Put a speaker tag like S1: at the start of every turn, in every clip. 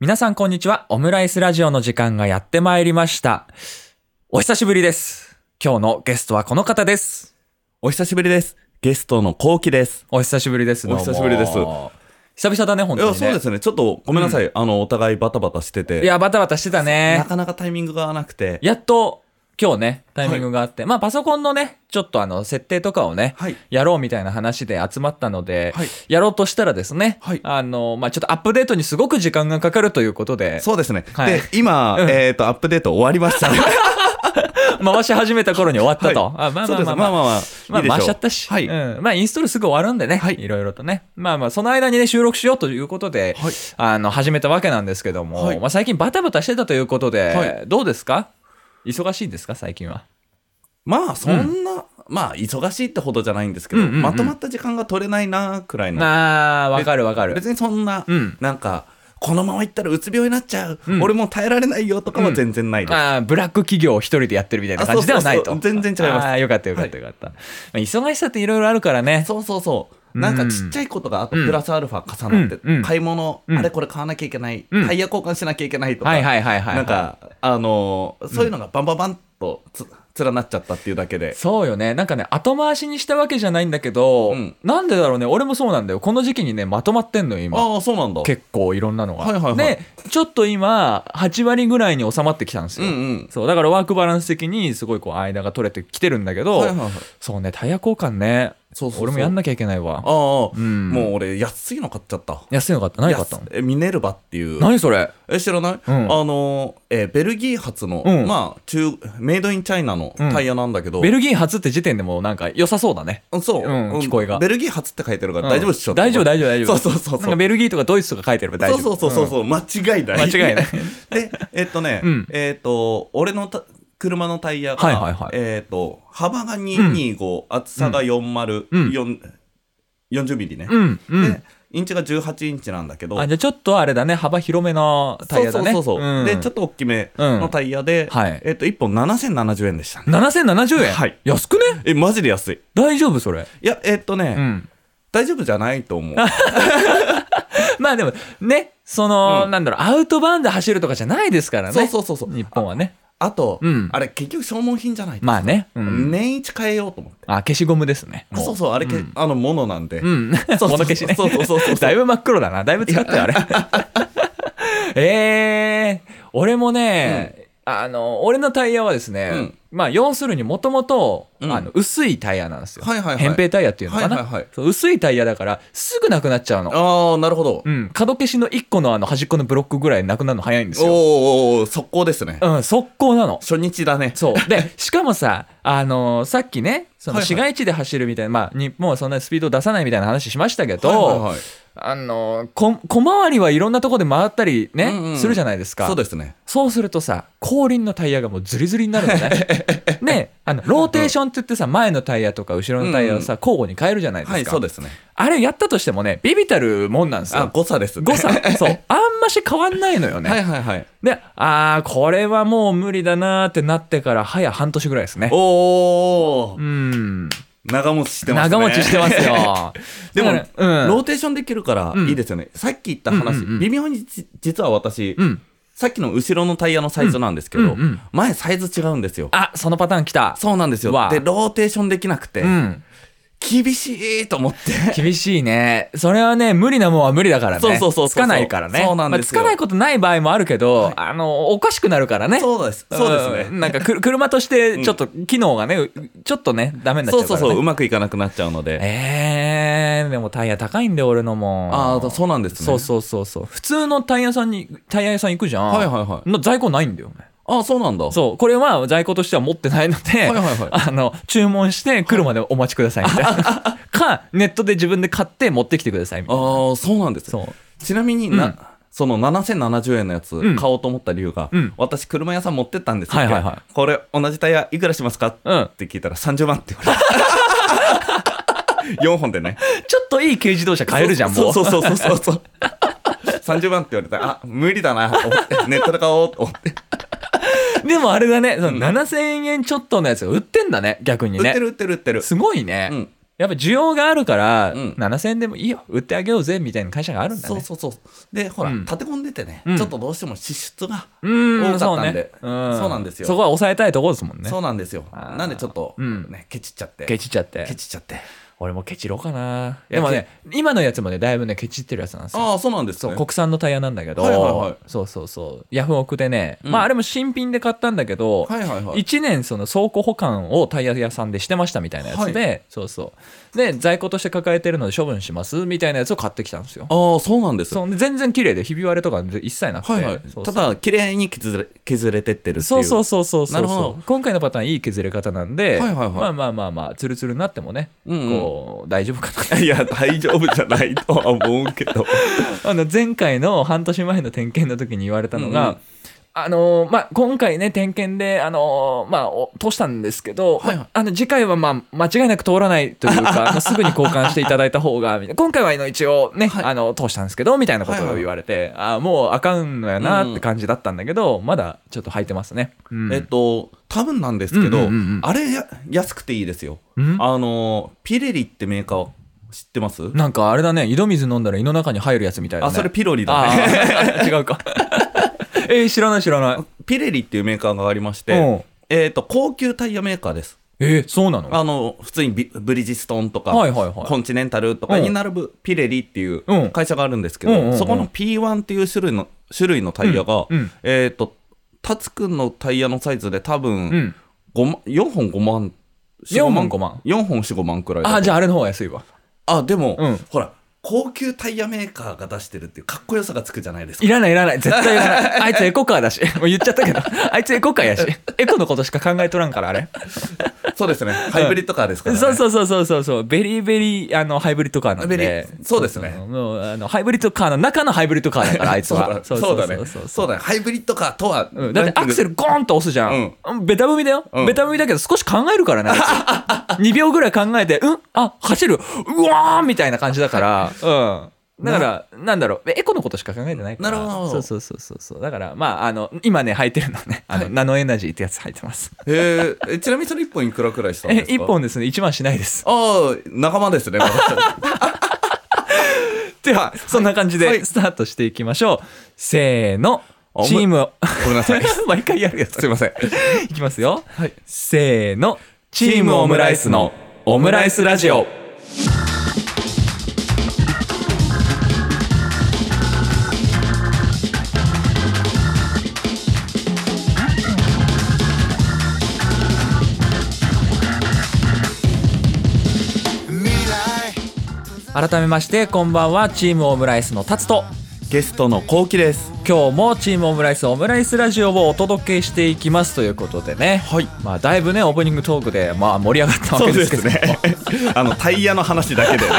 S1: 皆さんこんにちは。オムライスラジオの時間がやってまいりました。お久しぶりです。今日のゲストはこの方です。
S2: お久しぶりです。ゲストのコウキです。
S1: お久しぶりです。どうも
S2: お久しぶりです
S1: 久々だね、本
S2: い
S1: 当に、
S2: や、
S1: ね。
S2: そうですね。ちょっとごめんなさい。あの、お互いバタバタしてて。
S1: いや、バタバタしてたね
S2: な。かなかタイミングが合わなくて。
S1: やっと今日ね、タイミングがあって、まあパソコンのね、ちょっとあの、設定とかをね、
S2: はい
S1: やろうみたいな話で集まったので、
S2: はい
S1: やろうとしたらですね、
S2: はい
S1: あの、まあちょっとアップデートにすごく時間がかかるということで、
S2: そうですね。
S1: はい
S2: で、今、
S1: うん
S2: えっ、と、アップデート終わりま した、ね。
S1: 回し始めた頃に終わったと。
S2: はい
S1: あまあ
S2: そ
S1: ま
S2: う
S1: あ
S2: です
S1: ま
S2: ま
S1: あ
S2: あ
S1: ま
S2: ま
S1: あ
S2: あ。まあ、いいでし
S1: ま
S2: ょう
S1: あ、回しちゃったし、
S2: はい。
S1: うん、まあインストールすぐ終わるんでね、
S2: はい
S1: い、ろいろとねまあまあその間にね収録しようということで、
S2: はい
S1: あの始めたわけなんですけども、
S2: はい
S1: まあ、最近バタバタしてたということで、
S2: はい
S1: どうですか忙しいんですか最近は
S2: まあ、そんな、まあ、忙しいってほどじゃないんですけど、
S1: うんうんうん
S2: まとまった時間が取れないな、くらいの。
S1: まあわかるわかる
S2: 別にそんな、
S1: うん
S2: なんか、このまま行ったらうつ病になっちゃう。
S1: うん
S2: 俺もう耐えられないよとかは全然ないです。
S1: まあブラック企業を一人でやってるみたいな感じではないと
S2: あそうそうそう全然違います
S1: あーよかったよかったよかった、まあ、忙しさっていろいろあるからね
S2: そうそうそう。なんかちっちゃいことがあとプラスアルファ重なって、
S1: うんうん
S2: 買い物、
S1: うん
S2: あれこれ買わなきゃいけない、
S1: うん
S2: タイヤ交換しなきゃいけないとか、
S1: はいはいはいはい
S2: なんか、あのーそういうのがバンバンバンとつ連なっちゃったっていうだけで、
S1: そうよね。なんかね、後回しにしたわけじゃないんだけど、
S2: うん
S1: なんでだろうね。俺もそうなんだよ。この時期にね、まとまってんのよ、今。
S2: ああそうなんだ
S1: 結構いろんなのが。
S2: はいはいはい
S1: で、ちょっと今、8割ぐらいに収まってきたんですよ。
S2: うんうん
S1: そう、だからワークバランス的に、すごいこう、間が取れてきてるんだけど、
S2: はいはいはい
S1: そうね、タイヤ交換ね。
S2: そうそうそう
S1: 俺もやんなきゃいけないわ
S2: あ。あ、
S1: ん
S2: もう俺安いの買っちゃった
S1: 安いの買った何買ったの
S2: 安えミネルバっていう
S1: 何それ
S2: え知らない、
S1: うん
S2: あのーえベルギー発の、
S1: うん
S2: まあ中メイドインチャイナのタイヤなんだけど、
S1: ベルギー初って時点でもうなんか良さそうだね。
S2: うんそう、
S1: うん聞こえが
S2: ベルギー発って書いてるから大丈夫っしょ、
S1: うん大丈夫大丈夫大丈夫。
S2: そうそうそうそう
S1: なんかベルギーとかドイツとか書いてれば大丈夫。
S2: そうそうそうそう、う間違いない
S1: 間違いない
S2: でえっとね、
S1: うん
S2: えっと俺のた車のタイヤが、
S1: はいはいはい
S2: えっと幅が225、厚さが4040、
S1: うん
S2: 40ミリね、
S1: うん。うん。うん
S2: でインチが18インチなんだけど
S1: あじゃあちょっとあれだね幅広めのタイヤだね
S2: そうそうそうそう、
S1: ん
S2: でちょっと大きめのタイヤで、
S1: うんはい
S2: えっと1本7070円でしたね
S1: 7070円、
S2: はい
S1: 安くね
S2: えマジで安い
S1: 大丈夫それ
S2: いやえっとね、
S1: うん
S2: 大丈夫じゃないと 思う
S1: まあでもねその、
S2: うん
S1: なんだろうアウトバーンで走るとかじゃないですからね
S2: そうそうそうそう
S1: 日本はね
S2: あと、
S1: うん
S2: あれ結局消耗品じゃない、
S1: まあね、うん、
S2: 年一変えようと思って
S1: あ消しゴムですね
S2: あそうそうあれけ、
S1: うん、
S2: あのものなんで、
S1: うん、
S2: そうそうそう
S1: 物消しね
S2: そうそう そうそう
S1: だいぶ真っ黒だなだいぶ使ったよあれ えー、俺もね、あの俺のタイヤはですね、
S2: うん
S1: まあ要するにもともと
S2: うん
S1: 薄いタイヤなんですよ、
S2: はいはいはい
S1: 扁平タイヤっていうのかな、
S2: はいはいはい
S1: そう薄いタイヤだからすぐなくなっちゃうの、
S2: ああ、なるほど。
S1: うん、角消しの1個のあの端っこのブロックぐらいなくなるの早いんですよ、
S2: おーおー、速攻ですね。
S1: うん、速攻なの
S2: 初日だね。
S1: そう。で、しかもさ、あのーさっきね、その
S2: はいはい
S1: 市街地で走るみたいな、まあ、日本はそんなにスピード出さないみたいな話しましたけど、
S2: はいはいはい
S1: あのーこ、小回りはいろんなとこで回ったりね、
S2: うんうん
S1: するじゃないですか。
S2: そうですね。
S1: そうするとさ、後輪のタイヤがもうズリズリになるのね。 ね、あの、ローテーションって言ってさ、前のタイヤとか後ろのタイヤをさ、交互に変えるじゃないですか。
S2: はい、そうですね。
S1: あれやったとしてもね、ビビたるもんなんです
S2: あ、
S1: よ。
S2: 誤差ですね。
S1: 誤差 そう。あんまし変わんないのよね。
S2: はいはいはい。
S1: で、あー、これはもう無理だなーってなってから、早半年ぐらいですね。
S2: お
S1: う
S2: ー、
S1: ん。
S2: 長持ちしてますね。
S1: 長持ちしてますよ。
S2: でも、
S1: だからうん、
S2: ローテーションできるから
S1: うん
S2: いいですよね。さっき言った話、
S1: うんうんうん
S2: 微妙にじ実は私、
S1: うん。
S2: さっきの後ろのタイヤのサイズなんですけど、
S1: うんうんうん
S2: 前サイズ違うんですよ。
S1: あ、そのパターン来た。
S2: そうなんですよ
S1: わ。あ
S2: で、ローテーションできなくて、
S1: うん。
S2: 厳しいと思って。
S1: 厳しいね。それはね、無理なもんは無理だからね。
S2: そうそうそうそう
S1: つかないからね。
S2: そうなんですよ
S1: まあつかないことない場合もあるけど、あの、おかしくなるからね。
S2: そ うです。そうです
S1: ん
S2: ね。
S1: なんかく、車として、ちょっと、機能がね、うちょっとね、ダメになっ
S2: そ
S1: ち
S2: う
S1: ゃうか
S2: そう
S1: ら、ね。
S2: そう、うまくいかなくなっちゃうので。
S1: えー、でもタイヤ高いんで、俺のも。
S2: ああ、そうなんですね。
S1: そうそうそうそう。普通のタイヤさんに、タイヤ屋さん行くじゃん。
S2: はいはいは
S1: の在庫ないんだよね。
S2: あ、そうなんだ。
S1: そう。これは在庫としては持ってないので、
S2: はいはいはい
S1: あの、注文して来るまでお待ちくださいみたいな。 か、ネットで自分で買って持ってきてくださいみたいな。
S2: ああ、そうなんです。
S1: そう。
S2: ちなみにな、その7070円のやつ
S1: ん
S2: 買おうと思った理由が、
S1: うん
S2: 私車屋さん持ってったんですよ、
S1: はいはいはい
S2: これ同じタイヤいくらしますか、
S1: うん
S2: って聞いたら30万って言わ れた4本でね
S1: ちょっといい軽自動車買えるじゃん、もう。
S2: そうそうそうそうそう そう30万って言われたらあ無理だなと思ってネットで買おうと思って
S1: でもあれがね、その7000円ちょっとのやつが売ってんだね、逆に
S2: 売っ
S1: ね
S2: て。る売ってる売ってる
S1: すごいね。
S2: うん
S1: やっぱ需要があるから、
S2: うん
S1: 7000円でもいいよ売ってあげようぜみたいな会社があるんだね
S2: そうそうそうでほら、
S1: うん
S2: 立て込んでてね、
S1: うん
S2: ちょっとどうしても支出が、
S1: うーん
S2: 多かったん
S1: ね
S2: で
S1: うん、
S2: そうなんですよ
S1: そこは抑えたいところですもんね
S2: そうなんですよ
S1: あー
S2: なんでちょっと、
S1: うん
S2: ねケチっちゃって
S1: ケチっちゃって
S2: ケチっちゃって
S1: 俺もケチろうかない
S2: や
S1: でもね今のやつもねだいぶねケチってるやつなんですよ
S2: ああそうなんです
S1: そう
S2: ね
S1: 国産のタイヤなんだけど、
S2: はいはいはい
S1: そうそうそうヤフオクでね、
S2: うん
S1: まああれも新品で買ったんだけど、
S2: はいはいはい
S1: 1年その倉庫保管をタイヤ屋さんでしてましたみたいなやつで、そうそうで在庫として抱えてるので処分しますみたいなやつを買ってきたんですよ
S2: ああそうなんです
S1: そんで全然綺麗でひび割れとか一切なくて、
S2: はいはい
S1: そうそう
S2: ただ綺麗に削れ削れてってるっていう
S1: そうそうそうそうそう
S2: なるほど
S1: 今回のパターンいい削れ方なんで、
S2: はいはいはい
S1: まあまあまあまあツルツルになってもね、
S2: うんうん
S1: こう大 丈夫かな
S2: いや大丈夫じゃないとは思うけ ど
S1: あの前回の半年前の点検の時に言われたのが、
S2: うんうん
S1: あのーまあ、今回ね点検で、あのーまあ、お通したんですけど、
S2: はいはい
S1: まああの次回は、まあ、間違いなく通らないと いうかあのすぐに交換していただいた方がみたいな今回はあの一応、ね
S2: はい
S1: あの通したんですけどみたいなことを言われて、あーもうあかんのやなって感じだったんだけど、まだちょっと履いてますね。うん
S2: えっと多分なんですけど、
S1: うんうんうんうん
S2: あれや安くていいですよ
S1: うん
S2: あのピレリってメーカー知ってます
S1: なんかあれだね井戸水飲んだら胃の中に入るやつみたいな、ね、
S2: あそれピロリだね
S1: あー 違うかえー知らない知らない
S2: ピレリっていうメーカーがありまし
S1: うん
S2: て、えー、と高級タイヤメーカーです
S1: えーそうなの
S2: あの普通にビブリヂストンとか、
S1: はいはいはい
S2: コンチネンタルとかに並ぶピレリっていう
S1: うん
S2: 会社があるんですけど、
S1: うんうんうん
S2: そこの P1 っていう種類の種類のタイヤが、
S1: うんうん
S2: えっ、とタツくんのタイヤのサイズで多分、
S1: うん
S2: 5万4本5万
S1: 4本5万
S2: 4本45万くらいだ
S1: あーじゃああれの方が安いわ
S2: あでも、
S1: うん
S2: ほら高級タイヤメーカーが出してるっていうかっこよさがつくじゃないですか
S1: いらないいらない絶対いら ないあいつエコカーだしもう言っちゃったけどあいつエコカーやしエコのことしか考えとらんからあれ
S2: そうですねハイブリッドカーですから、ね、
S1: そうそうそうそうそうそうベリーベリーあのハイブリッドカーなんで
S2: ベリーそうですね
S1: もうあのハイブリッドカーの中のハイブリッドカーだからあいつ
S2: そう
S1: は
S2: だそうだね
S1: そう
S2: そうだねハイブリッドカーとは、
S1: うんだってアクセ
S2: ル
S1: ルゴーンと押すじゃん。ベタ踏みだよ、
S2: うん
S1: ベタ踏みだけど少し考えるからね。2秒 ぐらい考えて、うんあ、走るうわーみたいな感じだから。うん。だから、なんだろう、エコのことしか考えてないから。
S2: なるほど
S1: そうそうそうそうそう。だから、まあ、あの、今ね、履いてるのはね、あの、ナノエナジーってやつ履いてます。
S2: へーえちなみにそれ1本いくらくらいしたん
S1: え
S2: です、か
S1: 1本ですね、1万しない です。
S2: ああ仲間ですね
S1: では、そんな感じ
S2: は
S1: で
S2: い
S1: スタートしていきましょう。せーの、
S2: あ
S1: チームを、
S2: ごめんなさ い
S1: 毎回やるやつ。
S2: すいません
S1: いきますよ。
S2: はい
S1: せーの。チームオムライスのオムライスラジオ。改めましてこんばんはチームオムライスの達と
S2: ゲストのこうきです
S1: 今日もチームオムライスオムライスラジオをお届けしていきますということでね、
S2: はい
S1: まあ、だいぶねオープニングトークで、まあ、盛り上がったわ
S2: そ
S1: け
S2: う
S1: で
S2: です
S1: け
S2: す
S1: ども
S2: ねあのタイヤの話だけで、ね、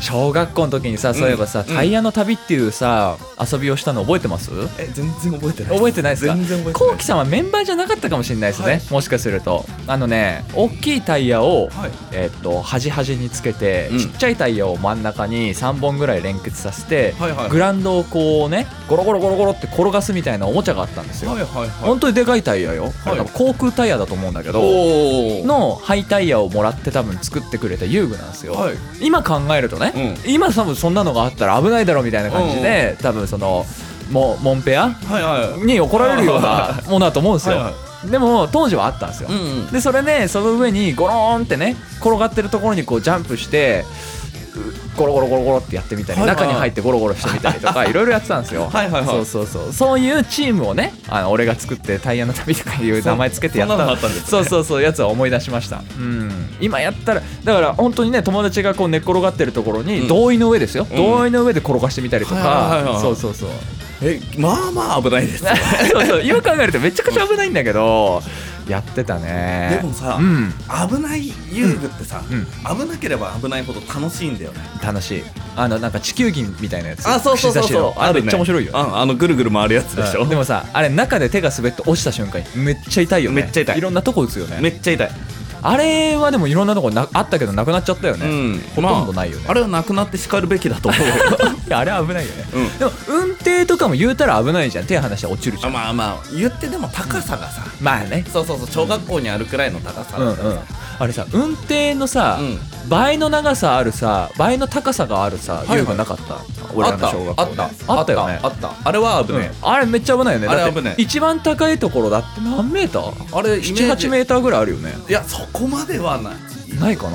S1: 小学校の時にさそういえばさ、タイヤの旅っていうさ遊びをしたの覚えてます
S2: え全然覚えてない
S1: 覚えてないですか
S2: 全然覚えて
S1: こ
S2: な
S1: う
S2: い
S1: きさんはメンバーじゃなかったかもしれないですね、
S2: はい
S1: もしかするとあのね大きいタイヤを、
S2: はい
S1: えーっと端々につけて、
S2: うん
S1: ちっちゃいタイヤを真ん中に3本ぐらい連結させて、
S2: はいはい
S1: グラウンドをこうねゴロゴロゴロゴロって転がすみたいなおもちゃがあったんですよ、
S2: はいはいはい
S1: 本当にでかいタイヤよ、
S2: はい
S1: あれ多分航空タイヤだと思うんだけど
S2: おー
S1: のハイタイヤをもらって多分作ってくれた遊具なんですよ、
S2: はい
S1: 今考えるとね、今多分そんなのがあったら危ないだろうみたいな感じで、多分そのもモンペア
S2: はいはい
S1: に怒られるようなものだと思うんですよ
S2: はいは
S1: でも当時はあったんですよ、
S2: うんうん
S1: でそれでその上にゴローンってね転がってるところにこうジャンプしてうゴロゴロゴロゴロってやってみたり、
S2: はいはい
S1: 中に入ってゴロゴロしてみたりと かいろいろやってたんですよ
S2: はいはいはい
S1: そうそうそうそういうチームをねあの俺が作ってタイヤの旅とかいう名前つけてやった
S2: そんなのあったんですね
S1: そうそうそうやつは思い出しましたうん今やったらだから本当にね友達がこう寝っ転がってるところ
S2: う
S1: に
S2: ん
S1: 同意の上ですよ、
S2: うん
S1: 同意の上で転がしてみたりと
S2: はいはいはいは
S1: か
S2: い
S1: そうそうそう
S2: えまあまあ危ないですよ
S1: そうそう今考えるとめちゃくちゃ危ないんだけどやってたね
S2: でもさ
S1: うん、
S2: 危ない遊具ってさ、
S1: うん
S2: 危なければ危ないほど楽しいんだよね
S1: 楽しいあのなんか地球儀みたいなやつ串刺しのあ
S2: あ
S1: れ
S2: るね
S1: めっちゃ面白いよね、
S2: ああのぐるぐる回るやつでしょ、
S1: うんでもさあれ中で手が滑って落ちた瞬間にめっちゃ痛いよね
S2: めっちゃ痛い
S1: いろんなとこ打つよね
S2: めっちゃ痛い
S1: あれはでもいろんなとこなあったけどなくなっちゃったよね、
S2: うん
S1: ほとんどないよね、
S2: まあ、あれはなくなって叱るべきだと思うよ
S1: いやあれは危ないよね、
S2: うん
S1: でも運転とかも言うたら危ないじゃん手離したら落ちるじゃ
S2: あ
S1: ん
S2: まあまあ言ってでも高さがさ、
S1: まあね
S2: そうそうそう小学校にあるくらいの高さ
S1: うんう
S2: だ
S1: ん
S2: からさ、
S1: あれさ運転のさ、
S2: う
S1: 倍の長さあるさ倍の高さがあるさ
S2: いはい
S1: 遊具なかった、俺らの小学校
S2: あった
S1: あったよね
S2: あったあったあれは危ね
S1: うんあれめっちゃ危ないよね
S2: あれ
S1: だって
S2: 危ない
S1: 一番高いところだって何メーター
S2: え、あれイメージ
S1: 78メーターぐらいあるよね
S2: いやそこまではない
S1: ないかな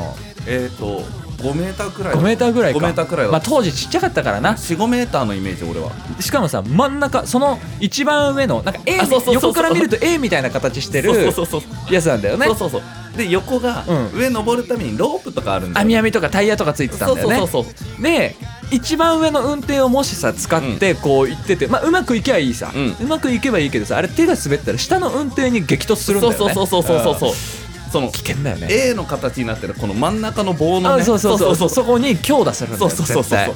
S2: えっ、と5メーターくらい
S1: 5メーターぐらいか
S2: 5メーターくらいだ
S1: まあ、当時ちっちゃかったからな
S2: 45メーターのイメージ俺は
S1: しかもさ真ん中その一番上のなんか A
S2: あそうそうそうそう
S1: 横から見ると A みたいな形してる
S2: そうそうそうそう
S1: やつなんだよね
S2: そうそうそうで横が
S1: うん
S2: 上登るためにロープとかあるんだよ
S1: 網網とかタイヤとかついてたんだよね
S2: そうそうそう
S1: で一番上の運転をもしさ使ってこう行ってて、まあ、うまくいけばいいさ、
S2: う
S1: まくいけばいいけどさあれ手が滑ったら下の運転に激突するんだ
S2: そ
S1: よ
S2: う
S1: ね
S2: そうそうそうそうそうそううんその
S1: 危険だよね
S2: A の形になってるこの真ん中の棒の
S1: あ
S2: ね
S1: そうそうそう
S2: そ
S1: そうう
S2: そ
S1: そ
S2: う
S1: こに強打するんだ
S2: そ
S1: よ
S2: うそうそう
S1: 絶対
S2: そう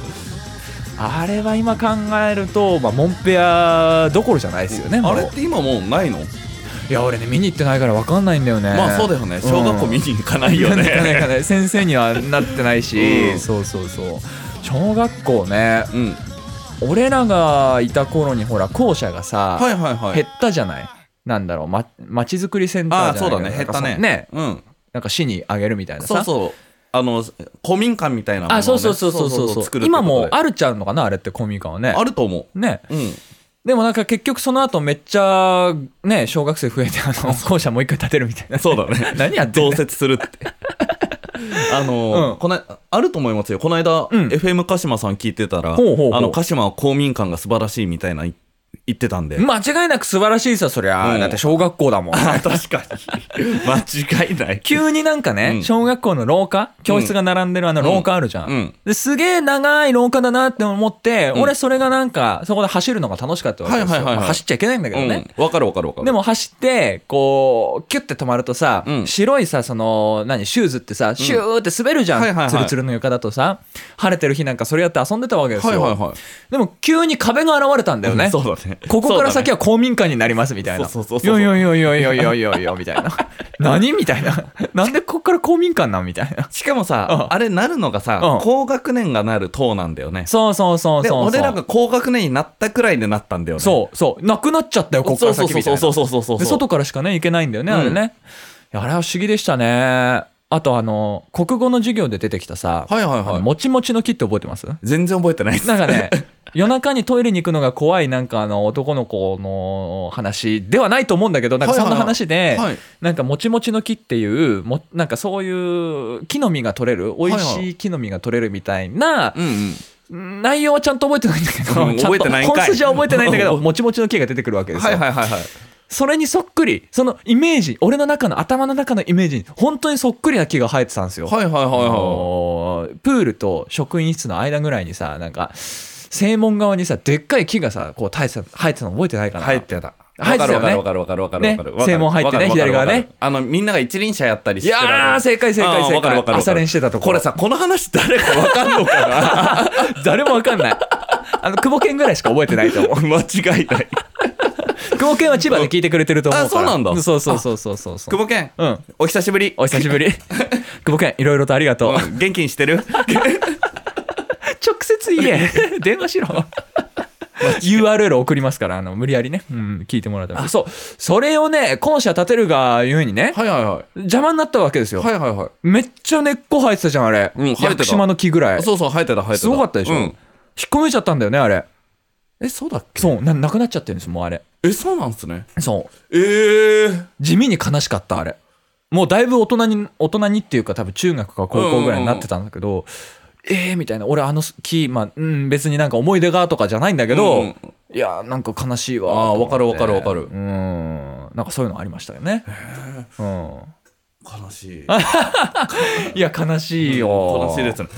S1: あれは今考えると、まあ、モンペアどころじゃないですよねもう
S2: あれって今もうないの
S1: いや俺ね見に行ってないから分かんないんだよね
S2: まあそうだよね小学校見
S1: に
S2: に行かないよ
S1: 行かない行か
S2: ね
S1: ない先生にはなってないし、
S2: うん
S1: そうそうそう小学校ね
S2: うん
S1: 俺らがいた頃にほら校舎がさ、
S2: はいはいはい
S1: 減ったじゃないなんだろうまちづくりセンター
S2: ああ
S1: じゃ
S2: そ
S1: な
S2: う
S1: いけど
S2: だね
S1: な
S2: 減
S1: ん
S2: っ
S1: か
S2: たね
S1: そね
S2: うん
S1: なんか市にあげるみたいなさ
S2: そうそうあの古民家みたいなものをね
S1: あそうそうそうそうそうそう
S2: 作るってこ
S1: 今
S2: とで
S1: もうあるちゃうのかなあれってコミカはね
S2: あると思
S1: ね
S2: ううん
S1: でもなんか結局その後めっちゃね小学生増えてあ の校舎もう一回建てるみたいな
S2: そうだね
S1: 何やってんだ
S2: 増
S1: よ
S2: 設するって あの、
S1: うん
S2: このあると思いますよこの間、
S1: うん
S2: FM 鹿島さん聞いてたら
S1: ほうほうほう
S2: あの鹿島は公民館が素晴らしいみたいな言ってたんで、
S1: 間違いなく素晴らしいさそりゃ、
S2: うん
S1: だって小学校だもん
S2: 確かに 間違いない
S1: 急になんかね、
S2: うん
S1: 小学校の廊下教室が並んでるあの廊下あるじゃん、
S2: うん
S1: ですげえ長い廊下だなって思って、
S2: ん
S1: 俺それがなんかそこで走るのが楽しかったわけですよ、
S2: はいはいはいはい
S1: まあ走っちゃいけないんだけどね、
S2: うん、わかるわかるわかる
S1: でも走って、こう、キュッて止まるとさ、
S2: うん
S1: 白いさ、その、何、シューズってさ、シューって滑るじゃん。
S2: はいはいはい
S1: ツルツルの床だとさ、晴れてる日なんかそれやって遊んでたわけです
S2: はい
S1: よ。
S2: はいはい
S1: でも急に壁が現れたんだよね。
S2: うんそうだね
S1: ここから先は
S2: は
S1: 公民館になりますみたいな。
S2: そうそうそうそう
S1: よいよいよいよいよいよいよいよみたい な。何みたいな。なんでここから公民館なんみたいな。
S2: しかもさ、
S1: うん
S2: あれなるのがさ、
S1: うん
S2: 高学年がなる党なんだよね
S1: そうそうそうそう
S2: で
S1: そう。
S2: 俺らが高学年になったくらいでなったんだよね
S1: そうそう。なくなっちゃったよ、ここから先みたいな。
S2: そうそうそうそうそうそう
S1: で外からしかね行けないんだよねあれね、
S2: うん
S1: いやあれは不思議でしたねあとあの国語の授業で出てきたさ、
S2: はいはい
S1: あの
S2: はい
S1: もちもちの木って覚えてますな
S2: 全然覚えてないです
S1: んか ね夜中にトイレに行くのが怖いなんかあの男の子の話ではないと思うんだけどなんかそんな話で、
S2: はい
S1: なんかもちもちの木っていうもなんかそういう木の実が取れる美味
S2: はいは
S1: しい木の実が取れるみたいな、
S2: うんうん
S1: 内容はちゃんと覚えてないんだけど、
S2: うん
S1: ちゃんと
S2: 覚えてないんか
S1: 本
S2: い
S1: 筋は覚えてないんだけ どもちもちの木が出てくるわけですよ、
S2: はいはいはいはい
S1: それにそっくり、そのイメージ、俺の中の頭の中のイメージに、本当にそっくりな木が生えてたんですよ。
S2: はいはいはい
S1: あ
S2: は
S1: のープールと職員室の間ぐらいにさ、なんか、正門側にさ、でっかい木がさ、こう生えてた生えてたの覚えてないか
S2: い。
S1: な。
S2: 入ってた。
S1: 入ってたよね
S2: わかるわかるわかるわかるわ
S1: ね
S2: かるわかる。
S1: 正門入ってね
S2: わかるわか
S1: 左
S2: る
S1: 側ね
S2: わかるあの、みんなが一輪車やったり
S1: い
S2: してる
S1: やー、正解正
S2: あ
S1: 解
S2: ー
S1: 正
S2: わかるわか
S1: 解。
S2: る
S1: 朝練してたとこ。
S2: これ、さ、この話誰かわかんのか
S1: 誰もわかんない。あの、久保健ぐらいしか覚えてないと 思う。
S2: な間違いない。
S1: 久保健は千葉で聞いてくれてると思うから。
S2: あそうなんだ
S1: そうそうそうそうそうそう。
S2: 久保健、
S1: うん。
S2: お久しぶり。
S1: お久しぶり。 久保健、いろいろとありがと う。
S2: うん元気にして る
S1: 直接言 え電話し ろ URL 送りますからあの無理やりね、うん、聞いてもらったらそうそれをね校舎建てるがゆえにね
S2: はいはいは
S1: 邪魔になったわけです
S2: い。
S1: よ、
S2: はいはいは
S1: めっちゃ根っこ生えてたじゃんあれ、
S2: うん生えてた
S1: 屋久島の木ぐらい
S2: い。そうそう、生えてた生えてた。
S1: すごかったでしょ、
S2: う
S1: 引っ
S2: ん
S1: こ抜いちゃったんだよねあれ
S2: え、そうだっけ
S1: そうななくなっちゃってるんですもうあれ
S2: え、そうなんすね。
S1: そう
S2: えー。
S1: 地味に悲しかったあれもうだいぶ大人に大人にっていうか多分中学か高校ぐらいになってたんだけど、えーみたいな俺あの木まあ、うん、別になんか思い出がとかじゃないんだけど、
S2: うん
S1: いやーなんか悲しいわ
S2: あーわかるわかるわ
S1: わ
S2: かる
S1: うんなんかそういうのありましたよねうん
S2: 悲し い。
S1: いや悲しいよ
S2: 悲しいですね。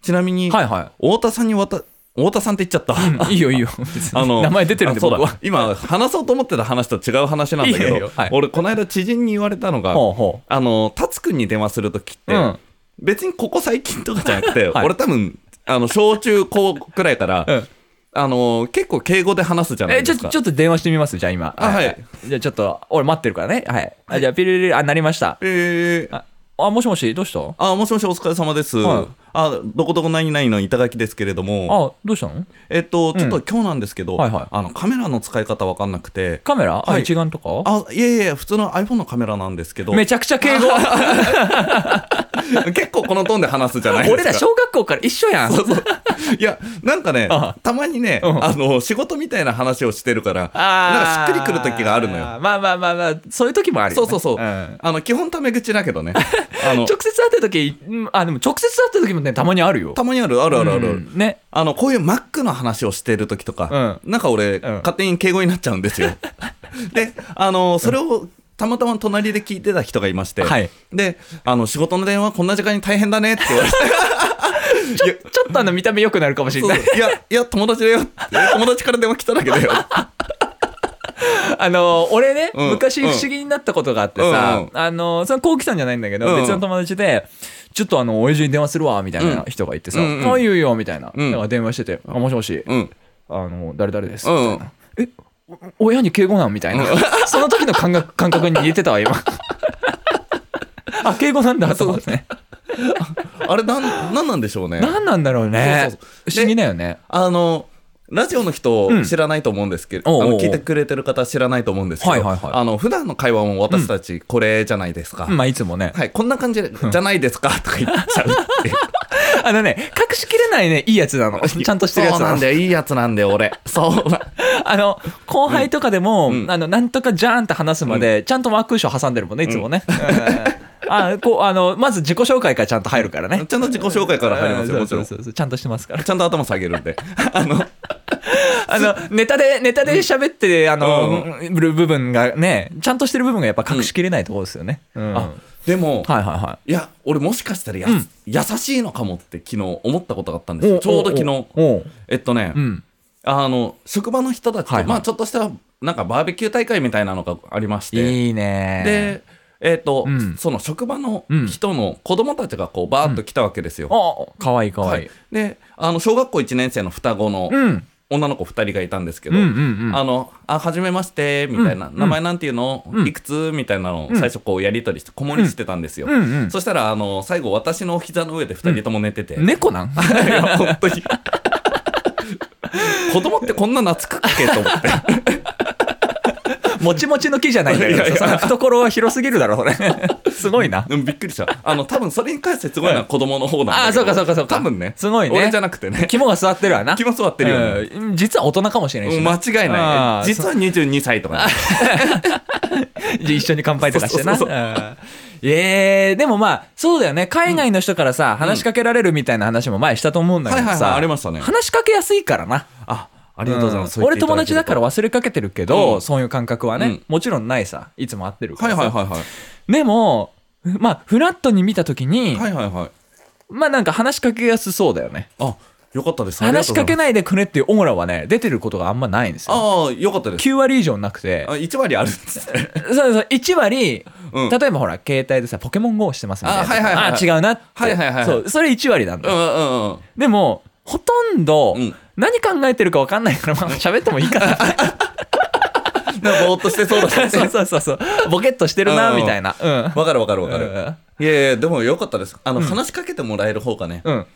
S2: ちなみに、
S1: はいは
S2: 太田さんにわた、太田さんって言っちゃった。
S1: いいいよいいよ別に名前出てるんで
S2: あそう
S1: 僕
S2: だ
S1: は
S2: 今話そうと思ってた話と違う話なんだけ
S1: いいよ
S2: ど
S1: いいよはい
S2: 俺この間知人に言われたのが
S1: ほうほ
S2: あの達くんに電話する時って、
S1: うん
S2: 別にここ最近とかじゃなくて、
S1: はい
S2: 俺多分あの小中高くらいから、
S1: うん
S2: あのー結構敬語で話すじゃない
S1: え、
S2: で
S1: ちょ
S2: す
S1: っと、
S2: か
S1: ちょっと電話してみますじゃあ今。
S2: あはい。
S1: じゃあちょっと、俺待ってるからね。はい。あじゃあ、ピリリリ、あ、なりました。
S2: えー、
S1: あ、あもしもし、どうしたあ、
S2: あもしもしお疲れ様です、
S1: はい
S2: あどこどこ何々の頂きですけれども
S1: どうしたの
S2: えっとちょっと
S1: うん
S2: 今日なんですけど、
S1: はいはい
S2: あのカメラの使い方わかんなくて
S1: カメラ、あ
S2: はい
S1: 一眼とか
S2: あいえいえ普通の iPhone のカメラなんですけど
S1: めちゃくちゃ敬語。
S2: 結構このトーンで話すじゃないですか
S1: 俺ら小学校から一緒やん。
S2: そうそういやなんかね
S1: あ
S2: たまにね、
S1: うん
S2: あの仕事みたいな話をしてるから
S1: あ
S2: なんかしっくりくる時があるのよ
S1: よ。まあまあまあまあ、そういう時もあるよ
S2: そ
S1: ね、
S2: うそうそう、
S1: ん
S2: あの基本タメ口だけどねあ の
S1: 直接会った時、うんあ、でも直接会った時もね、たまにあるよ。
S2: たまにあるあるあるある、
S1: うんね。
S2: あのこういうマックの話をしてる時とか、なんか俺、
S1: ん
S2: 勝手に敬語になっちゃうんで すよであのそれをたまたま隣で聞いてた人がいまして、
S1: はい
S2: であの仕事の電話こんな時間に大変だねって言われていや
S1: ちょっとあの見た目良くなるかもしれ ない。
S2: いやいや友達だよ友達から電話来ただけだよ
S1: あの俺ね、
S2: うん
S1: 昔不思議になったことがあってさ、
S2: う
S1: あのそのこうきさんじゃないんだけど、
S2: うん
S1: 別の友達で「ちょっとあの親父に電話するわ」みたいな人がいてさ「
S2: うんうん
S1: あいいよいいよ」みたいな、
S2: うん
S1: だから電話してて「あもしもし、
S2: うん
S1: あの誰々です」
S2: う
S1: み
S2: ん
S1: たいな「えお親に敬語なん?」みたいな、 その時の感覚感覚に似てたわ今 あ敬語なんだと思ってね
S2: あれなんなんなんでしょうね
S1: 何なんだろうね
S2: そうそうそう
S1: 不思議だよね
S2: あのラジオの人
S1: うん
S2: 知らないと思うんですけ
S1: お
S2: ど、
S1: うおう
S2: あ
S1: おう
S2: の聞いてくれてる方知らないと思うんですけど、
S1: はいはいはい
S2: あの普段の会話も私たちこれじゃないですか、
S1: まあいつも ね
S2: はい、こんな感じじゃないで すかとか言っちゃうっていう
S1: あのね隠しきれないねいいやつなの ちゃんとしてるやつ
S2: そう
S1: な
S2: な
S1: の
S2: んだよいいやつなんだよ俺そうな
S1: あの後輩とかでも、あのなんとかじゃーんって話すまで、ちゃんとワークッション挟んでるもんねいつもね、うん あこうあのまず自己紹介からちゃんと入るからね
S2: ちゃんと自己紹介から入りますよ
S1: うん
S2: もちろん
S1: そうそうそうちゃんとしてますから
S2: ちゃんと頭下げるんで あの
S1: あのネタでネタで喋ってあの、
S2: うん
S1: うんる部分がねちゃんとしてる部分がやっぱ隠しきれないところですよね、うん
S2: あでも、、
S1: はいはいはい
S2: や俺もしかしたらや、
S1: うん
S2: 優しいのかもって昨日思ったことがあったんで
S1: い
S2: すよちょうど昨日
S1: おう
S2: えっとね、
S1: うん
S2: あの職場の人たちと、
S1: はいはい
S2: まあちょっとしたなんかバーベキュー大会みたいなのがありまして
S1: いいね
S2: でえっと、
S1: うん
S2: その職場の人の子供たちがこうバーッと来たわけですよ、
S1: あかわいいかわ
S2: はい
S1: い、
S2: い、であの小学校1年生の双子の
S1: うん
S2: 女の子2人がいたんですけ
S1: うん
S2: ど、
S1: うんうん
S2: あの、あ、はじめまして、みたいな、
S1: うん
S2: 名前なんていうの、
S1: うん
S2: いくつみたいなのを
S1: うん
S2: 最初こうやりとりして、子守りしてたんですよ。
S1: うんうん
S2: そしたら、あの、最後私の膝の上で二人とも寝てて。
S1: 猫なん
S2: いや本当に。 子供ってこんな懐くっけ と思って。
S1: もちもちの木じゃないんだけど
S2: いやいや
S1: その懐は広すぎるだろ それすごいな
S2: でもびっくりした。あの、多分それに関してすごいのは子供の方なんだけど。
S1: あーそうかそうかそうか
S2: 多分ね。
S1: すごいね
S2: 俺じゃなくてね。
S1: 肝が座ってるわな
S2: 気も座ってるよね。
S1: うん実は大人かもしれないし
S2: もう
S1: な、
S2: 間違い
S1: あ
S2: な
S1: ー
S2: い。実は22 歳とかね。
S1: 一緒に乾杯とかしてな
S2: そうそう
S1: うんえーでもまあそうだよね海外の人からさ、話しかけられるみたいな話も前したと思うんだ
S2: は
S1: け
S2: い
S1: ど
S2: はいはい、
S1: さ
S2: ありましたね。
S1: 話しかけやすいからな
S2: あ、ありがとうございます。
S1: うん俺友達だから
S2: は
S1: 忘れかけてるけど、
S2: うん
S1: そういう感覚はね、
S2: うん
S1: もちろんないさいつも会ってるか
S2: い
S1: らさ、
S2: はいはいはい。
S1: でもまあフラットに見た時に、
S2: はいはいはい。
S1: まあなんか話しかけやすそうだよね
S2: あ、よかったです。
S1: 話しかけ
S2: な
S1: ないでくれっていうオーラはね出てることがあんまないんですよ
S2: ああ、よかったです。
S1: 9割以上なくて
S2: あ、1割あるんですね。
S1: そうそう1割、
S2: うん
S1: 例えばほら携帯でさ「ポケモン GO」してますみたいな
S2: あはいはいはい
S1: あ違うなって、
S2: はいはいはい
S1: そうそれ1割なん
S2: う
S1: だ、
S2: んうんうん。
S1: でもほとんど、
S2: うん
S1: 何考えてるか分かんない からまあ喋ってもいいかな
S2: なんかぼーっと してそうだし。
S1: そうそうそうそうボケっとしてるな
S2: うん
S1: みたいなうん
S2: わかるわかるわか
S1: うんうん
S2: る。いやいや、でもよかったです。あの、話しかけてもらえる方がね、
S1: うん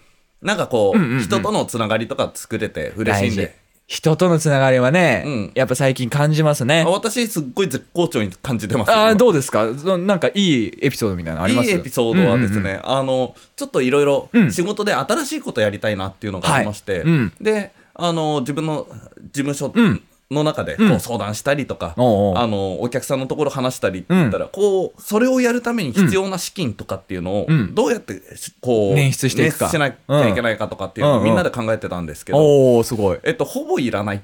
S2: なんかこ
S1: うんうんうん
S2: う、人とのつながりとか作れて嬉しいん
S1: 大事
S2: で。
S1: 人とのつながりはね、
S2: うん
S1: やっぱ最近感じますね
S2: あ私、すっごい絶好調に感じてます。
S1: あーどうですかそなんかいいエピソードみたいなのあります
S2: いいエピソードはですね、
S1: うんうんうん
S2: あのちょっといろいろ
S1: うん
S2: 仕事で新しいことやりたいなっていうのがありまして、
S1: はいうん
S2: であの自分の事務所
S1: うん
S2: の中で
S1: うん
S2: こう相談したりとか、
S1: おうおう
S2: あのお客さんのところ話したりって言ったら、こうそれをやるために必要な資金とかっていうのを
S1: うん
S2: どうやってこう
S1: 捻出していくか
S2: 捻出しなきゃいけないかとかっていうの
S1: うん
S2: をみんなで考えてたんですけど、
S1: おおすごい
S2: えっと、ほぼいらない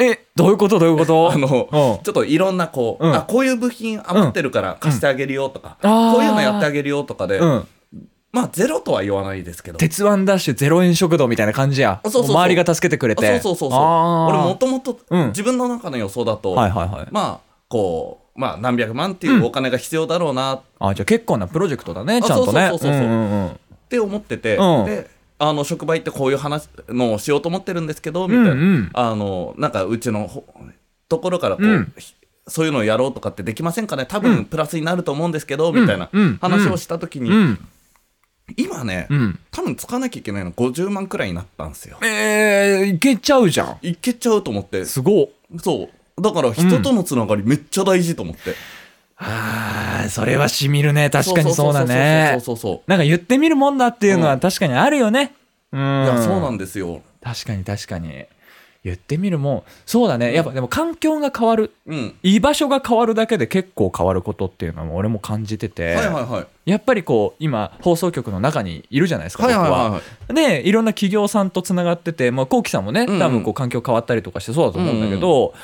S1: えどういうことどういうこと
S2: あの、ちょっといろんなこう、
S1: うん
S2: あ、こういう部品余ってるから貸してあげるよとか、
S1: うんあー
S2: こういうのやってあげるよとかで、
S1: うんうん
S2: まあゼロとは言わないですけど。
S1: 鉄腕ダッシュゼロ円食堂みたいな感じや
S2: あそうそうそう
S1: も周りが助けてくれ
S2: あ
S1: て
S2: そうそうそうそう。
S1: あー
S2: 俺もともと
S1: うん
S2: 自分の中の予想だと、
S1: はいはいはい
S2: まあ、こう、まあ何百万って
S1: う
S2: い
S1: ん
S2: うお金が必要だろうなっ
S1: あじゃあ結構なプロジェクトだね
S2: あ
S1: ちゃんとね
S2: そうそうそうそうそうん
S1: うんうん
S2: て思ってて、
S1: うん
S2: で、あの職場行ってこういう話のをしようと思ってるんですけどみたいな、
S1: うんうん
S2: あのなんかうちのほところからこう、
S1: うん
S2: ひそういうのをやろうとかってできませんかね多分プラスになると思うんですけど、
S1: ん
S2: みたいな
S1: うん
S2: 話をした時に、
S1: うん
S2: 今ね、
S1: うん
S2: 多分使わなきゃいけないの50万くらいになったんですよ。
S1: えー、いけちゃうじゃん
S2: いけちゃうと思って
S1: すごっ
S2: そうだから人とのつながりめっちゃ大事と思って、
S1: あーそれはしみるね確かにそうだね
S2: そうそうそうそうそうそう
S1: なんか言ってみるもんだっていうの
S2: う
S1: は
S2: ん
S1: 確かにあるよねうん
S2: いやそうなんですよ。
S1: 確かに確かに言ってみるもんそうだねやっぱでも環境が変わる
S2: うん。
S1: 居場所が変わるだけで結構変わることっていうのは俺も感じてて、
S2: はいはいはい。
S1: やっぱりこう今放送局の中にいるじゃないですか、
S2: はいはい
S1: 僕は
S2: はい。
S1: でいろんな企業さんとつながってて、まあ、こうきさんもね
S2: うん
S1: 多分こう環境変わったりとかしてそうだと思うんだけど、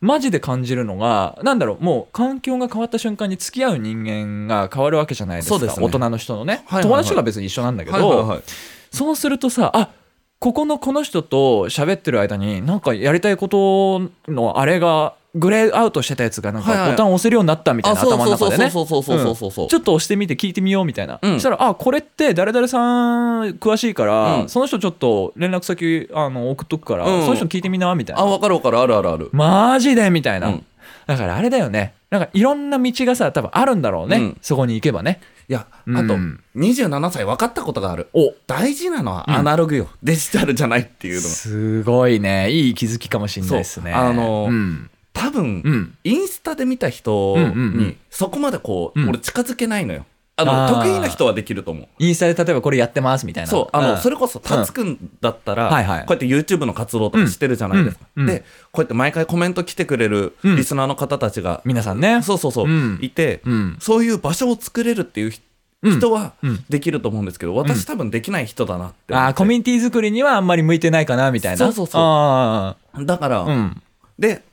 S1: マジで感じるのがなんだろうもう環境が変わった瞬間に付き合う人間が変わるわけじゃないですか
S2: そうですね
S1: 大人の人のね、
S2: はいはいはい
S1: 友達とか別に一緒なんだけど、
S2: はいはいはい。
S1: そうするとさあここのこの人と喋ってる間になんかやりたいことのあれがグレーアウトしてたやつがなんか
S2: はいはい
S1: ボタン押せるようになったみたい
S2: あ、
S1: な
S2: そう
S1: 頭の
S2: そ
S1: 中
S2: う
S1: でね
S2: そうそうそうそうそうそう。
S1: ちょっと押してみて聞いてみようみたいな、
S2: うん
S1: そしたら「あこれって誰々さん詳しいから、
S2: うん
S1: その人ちょっと連絡先あの送っとくから、
S2: うん
S1: その人聞いてみな」みたい
S2: あ、
S1: な
S2: わかるわかる、あるあるある。
S1: 「マジで?」みたいな、
S2: うん
S1: だからあれだよねなんかいろんな道がさ多分あるんだろうね、
S2: うん
S1: そこに行けばね
S2: いや、あと
S1: うん、
S2: 27歳分かったことがある。
S1: お
S2: 大事なのは
S1: うん
S2: アナログよ。デジタルじゃないっていうのが。
S1: すごいねいい気づきかもしれないですね
S2: そうあのー
S1: うん
S2: 多
S1: う
S2: 分、
S1: ん
S2: インスタで見た人
S1: うんうんうん
S2: に、そこまでこ
S1: うん
S2: う、俺近づけないのよ。あ
S1: あー
S2: の、得意な人はできると思う。
S1: インスタで例えばこれやってますみたいな
S2: そう、あの、
S1: ん
S2: それこそ、タツくんだったら、
S1: うんはいはい
S2: こうやって YouTube の活動とかしてるじゃないですか。
S1: うんうんうん
S2: で、こうやって毎回コメント来てくれる
S1: うん
S2: リスナーの方たちが、
S1: 皆さんね
S2: そうそうそ
S1: う
S2: う、
S1: ん
S2: いて、
S1: うん
S2: そういう場所を作れるっていうひ
S1: うん
S2: 人は
S1: うん
S2: できると思うんですけど、私多分できない人だなって思って
S1: あーコミュニティ作りにはあんまり向いてないかなみたいな
S2: そうそうそう
S1: あ
S2: だから、
S1: ーうん
S2: で、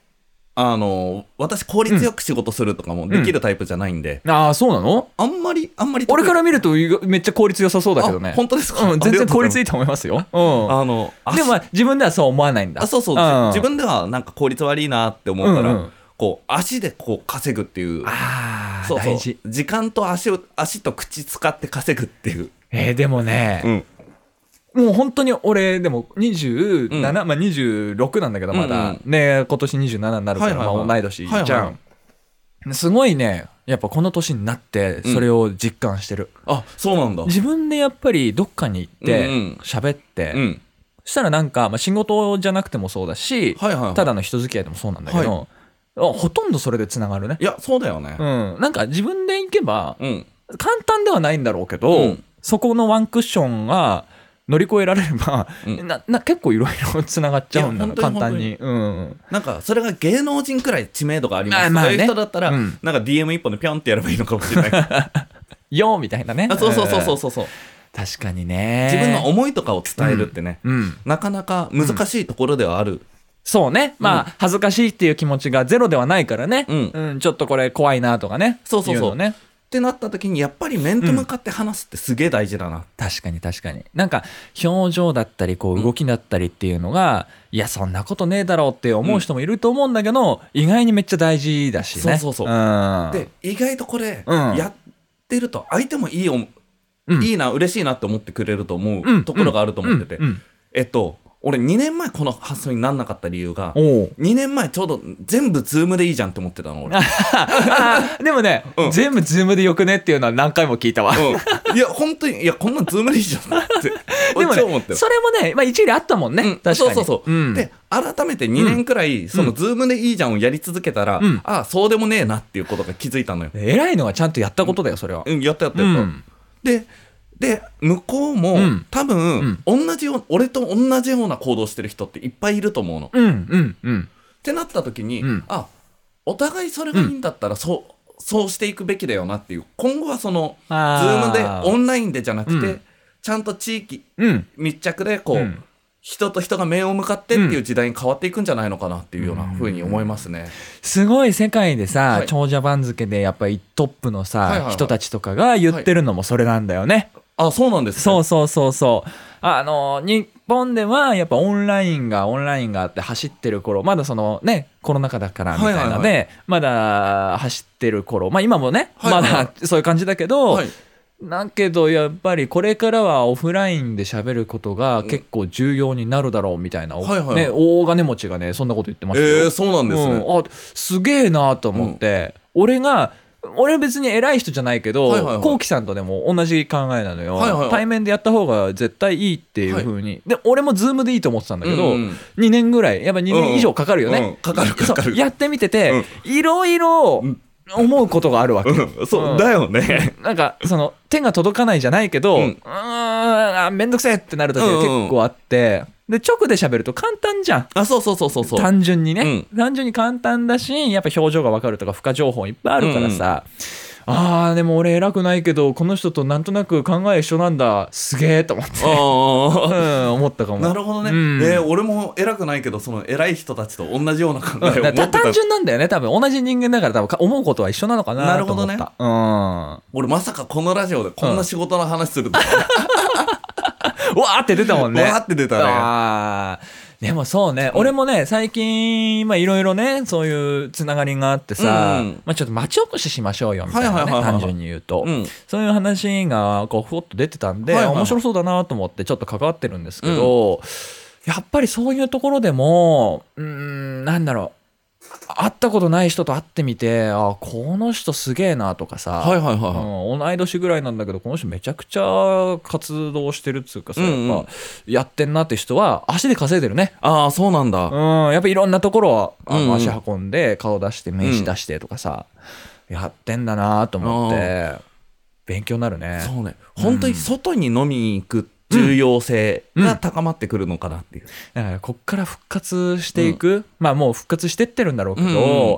S2: あの、私効率よく仕事するとかもできるタイプじゃないんで、
S1: ああそうなの
S2: あんまり、あんまり得意。
S1: 俺から見るとめっちゃ効率良さそうだけどね
S2: あ本当ですか、
S1: うん、全然効率い
S2: い。
S1: いと思いますよ、う
S2: あの、
S1: ん、でもまあ自分ではそう思わないんだ
S2: あそうそう、
S1: ん
S2: 自分ではなんか効率悪いなって思うから、
S1: うんうん
S2: こう足でこう稼ぐっていう
S1: ああ
S2: そうそう
S1: 大事
S2: 時間と足を足と口使って稼ぐっていう、
S1: えーでもね、
S2: ん、
S1: もう本当に俺でも27、まあ26なんだけどまだ、
S2: うん
S1: ね今年27になるから、
S2: はいはいはい
S1: まあ、同い年じゃん、
S2: はいは
S1: すごいねやっぱこの年になってそれを実感してる、
S2: あそうなんだ
S1: 自分でやっぱりどっかに行って
S2: うんうん
S1: 喋って、
S2: うん
S1: そしたらなんか、まあ、仕事じゃなくてもそうだし、
S2: はいはいはい
S1: ただの人付き合いでもそうなんだけど、あほとんどそれでつながるね
S2: い、やそうだよね
S1: うん、なんか自分で行けば
S2: うん、
S1: 簡単ではないんだろうけど、
S2: うん
S1: そこのワンクッションが乗り越えられれば、
S2: うん
S1: なな結構いろいろつながっちゃうんだない
S2: や本
S1: 簡
S2: 当
S1: 単
S2: に
S1: に。うん
S2: なんかそれが芸能人くらい知名度があります
S1: あまあね
S2: そういう人だったら、
S1: うん
S2: なんか DM 一本でピョンってやればいいのかも しれない
S1: よーみたいなね
S2: あそうそうそうそうんそうそう
S1: 確かにね
S2: 自分の思いとかを伝えるってね、
S1: うん、
S2: なかなか難しいところではある、
S1: そうねまあ、
S2: うん
S1: 恥ずかしいっていう気持ちがゼロではないからね、
S2: うん
S1: ちょっとこれ怖いなとかね
S2: そうそうそう
S1: いのね
S2: ってなった時にやっぱり面と向かって話すってすげえ大事だな、
S1: 確かに確かになんか表情だったりこう動きだったりっていうのが、いやそんなことねえだろうって思う人もいると思うんだけど、意外にめっちゃ大事だしね
S2: そうそうそうんで意外とこれ
S1: うん
S2: やってると相手もいいおも
S1: うん
S2: いいな嬉しいなって思ってくれると思
S1: うん
S2: うところがあると思ってて
S1: うんうん
S2: えっと俺2年前この発想になんなかった理由が
S1: おう
S2: 2年前ちょうど全部ズームでいいじゃんって思ってたの俺、
S1: あ でもね、
S2: うん
S1: 全部ズームでよくねっていうのは何回も聞いたわ、
S2: うん、いや本当にいやこんなんズームでいいじゃんって
S1: で
S2: 俺
S1: も
S2: 超思っ
S1: ね
S2: てる
S1: それもね、まあ、一理あったもんね、
S2: うん
S1: 確かに
S2: そうそうそう、
S1: ん
S2: で改めて2年くらいそのズームでいいじゃんをやり続けたら、
S1: うん
S2: ああそうでもねえなっていうことが気づいたのよ、
S1: 偉いのはちゃんとやったことだよそれは、
S2: うん、やったやったやった、
S1: うん
S2: でで向こうも、
S1: うん
S2: 多分、同じよう俺と同じような行動してる人っていっぱいいると思うの。っ
S1: うんうんうん
S2: てなった時に、
S1: うん
S2: あお互いそれがいいんだったらそう、そうしていくべきだよなっていう今後はそのズームで
S1: あー
S2: オンラインでじゃなくて、
S1: うん
S2: ちゃんと地域
S1: うん
S2: 密着でこう、
S1: うん
S2: 人と人が面を向かってっていう時代に変わっていくんじゃないのかなっていうようなふうに思いますね。
S1: すごい世界でさ、
S2: はい
S1: 長者番付でやっぱりトップのさ、
S2: はいはいはい
S1: 人たちとかが言ってるのもそれなんだよね、
S2: あそうなんですね
S1: そうそうそうそうあの日本ではやっぱオンラインがオンラインがあって走ってる頃まだそのねコロナ禍だからみたいなので、
S2: はいはい
S1: まだ走ってる頃まあ今もね、
S2: はいはい
S1: まだそういう感じだけど、
S2: はい
S1: だけどやっぱりこれからはオフラインで喋ることが結構重要になるだろうみたいな、
S2: はいはい
S1: ね、大金持ちがねそんなこと言ってましたよ
S2: えー、そうなんですね。
S1: うん、あすげえなと思って、俺が俺別に偉い人じゃないけど、
S2: はいはいはい
S1: こうきさんとでも同じ考えなのよ、
S2: はいはいはい
S1: 対面でやった方が絶対いいっていう風に、で俺もズームでいいと思ってたんだけど、
S2: うんうん
S1: 2年ぐらいやっぱ2年以上かかるよね、
S2: うんかかるかか
S1: そう
S2: る。
S1: やってみてて、いろいろ
S2: ん
S1: 思うことがあるわけ、
S2: うん、そう、
S1: うん
S2: だよ ね。
S1: なんかその手が届かないじゃないけど、う
S2: うん
S1: ーん、あめんどくせえってなる時が結構あって、で直で喋ると簡単じゃん
S2: あ、そうそうそうそうそう。
S1: 単純にね、
S2: う
S1: 単純に簡単だしやっぱ表情が分かるとか付加情報いっぱいあるからさ、あーでも俺偉くないけどこの人となんとなく考え一緒なんだすげえと思って、う
S2: あ
S1: ん、思ったかも
S2: あ、なるほどね。
S1: うん
S2: えー俺も偉くないけど、その偉い人たちと同じような考えを持
S1: う
S2: っ
S1: ん
S2: て
S1: だから
S2: た。
S1: 単純 なんだよね多分同じ人間だから多分か思うことは一緒なのかなと思った
S2: なるほ
S1: うん
S2: 俺まさかこのラジオでこんな仕事の話するとは、
S1: わーって出たもん ね。
S2: わーって出たね
S1: あーでもそうね、俺もね、最近、まあいろいろね、そういうつながりがあってさ、
S2: うん
S1: まあちょっと町おこししましょうよ、みたいな、ね
S2: はいはいはいはい
S1: 単純に言うと、
S2: うん
S1: そういう話が、こう、ふわっと出てたんで、
S2: はいはいはい
S1: 面白そうだなと思って、ちょっと関わってるんですけど、やっぱりそういうところでも、うーん、なんだろう、会ったことない人と会ってみて、あ、この人すげえなとかさ、
S2: いはいはいはい
S1: うん、同い年ぐらいなんだけどこの人めちゃくちゃ活動してるっつうかさ、
S2: うんうん
S1: やっぱやってんなって人は足で稼いでるね、
S2: ああそうなんだ、
S1: うん、やっぱいろんなところをあ
S2: うんう
S1: の
S2: ん
S1: 足運んで顔出して名刺出してとかさ、やってんだなと思って勉強になるね
S2: そうね本当に外に飲みに行く重要性が高まってくるのかなっていう、
S1: だからこっから復活していく、まあもう復活してってるんだろうけど、
S2: うんうん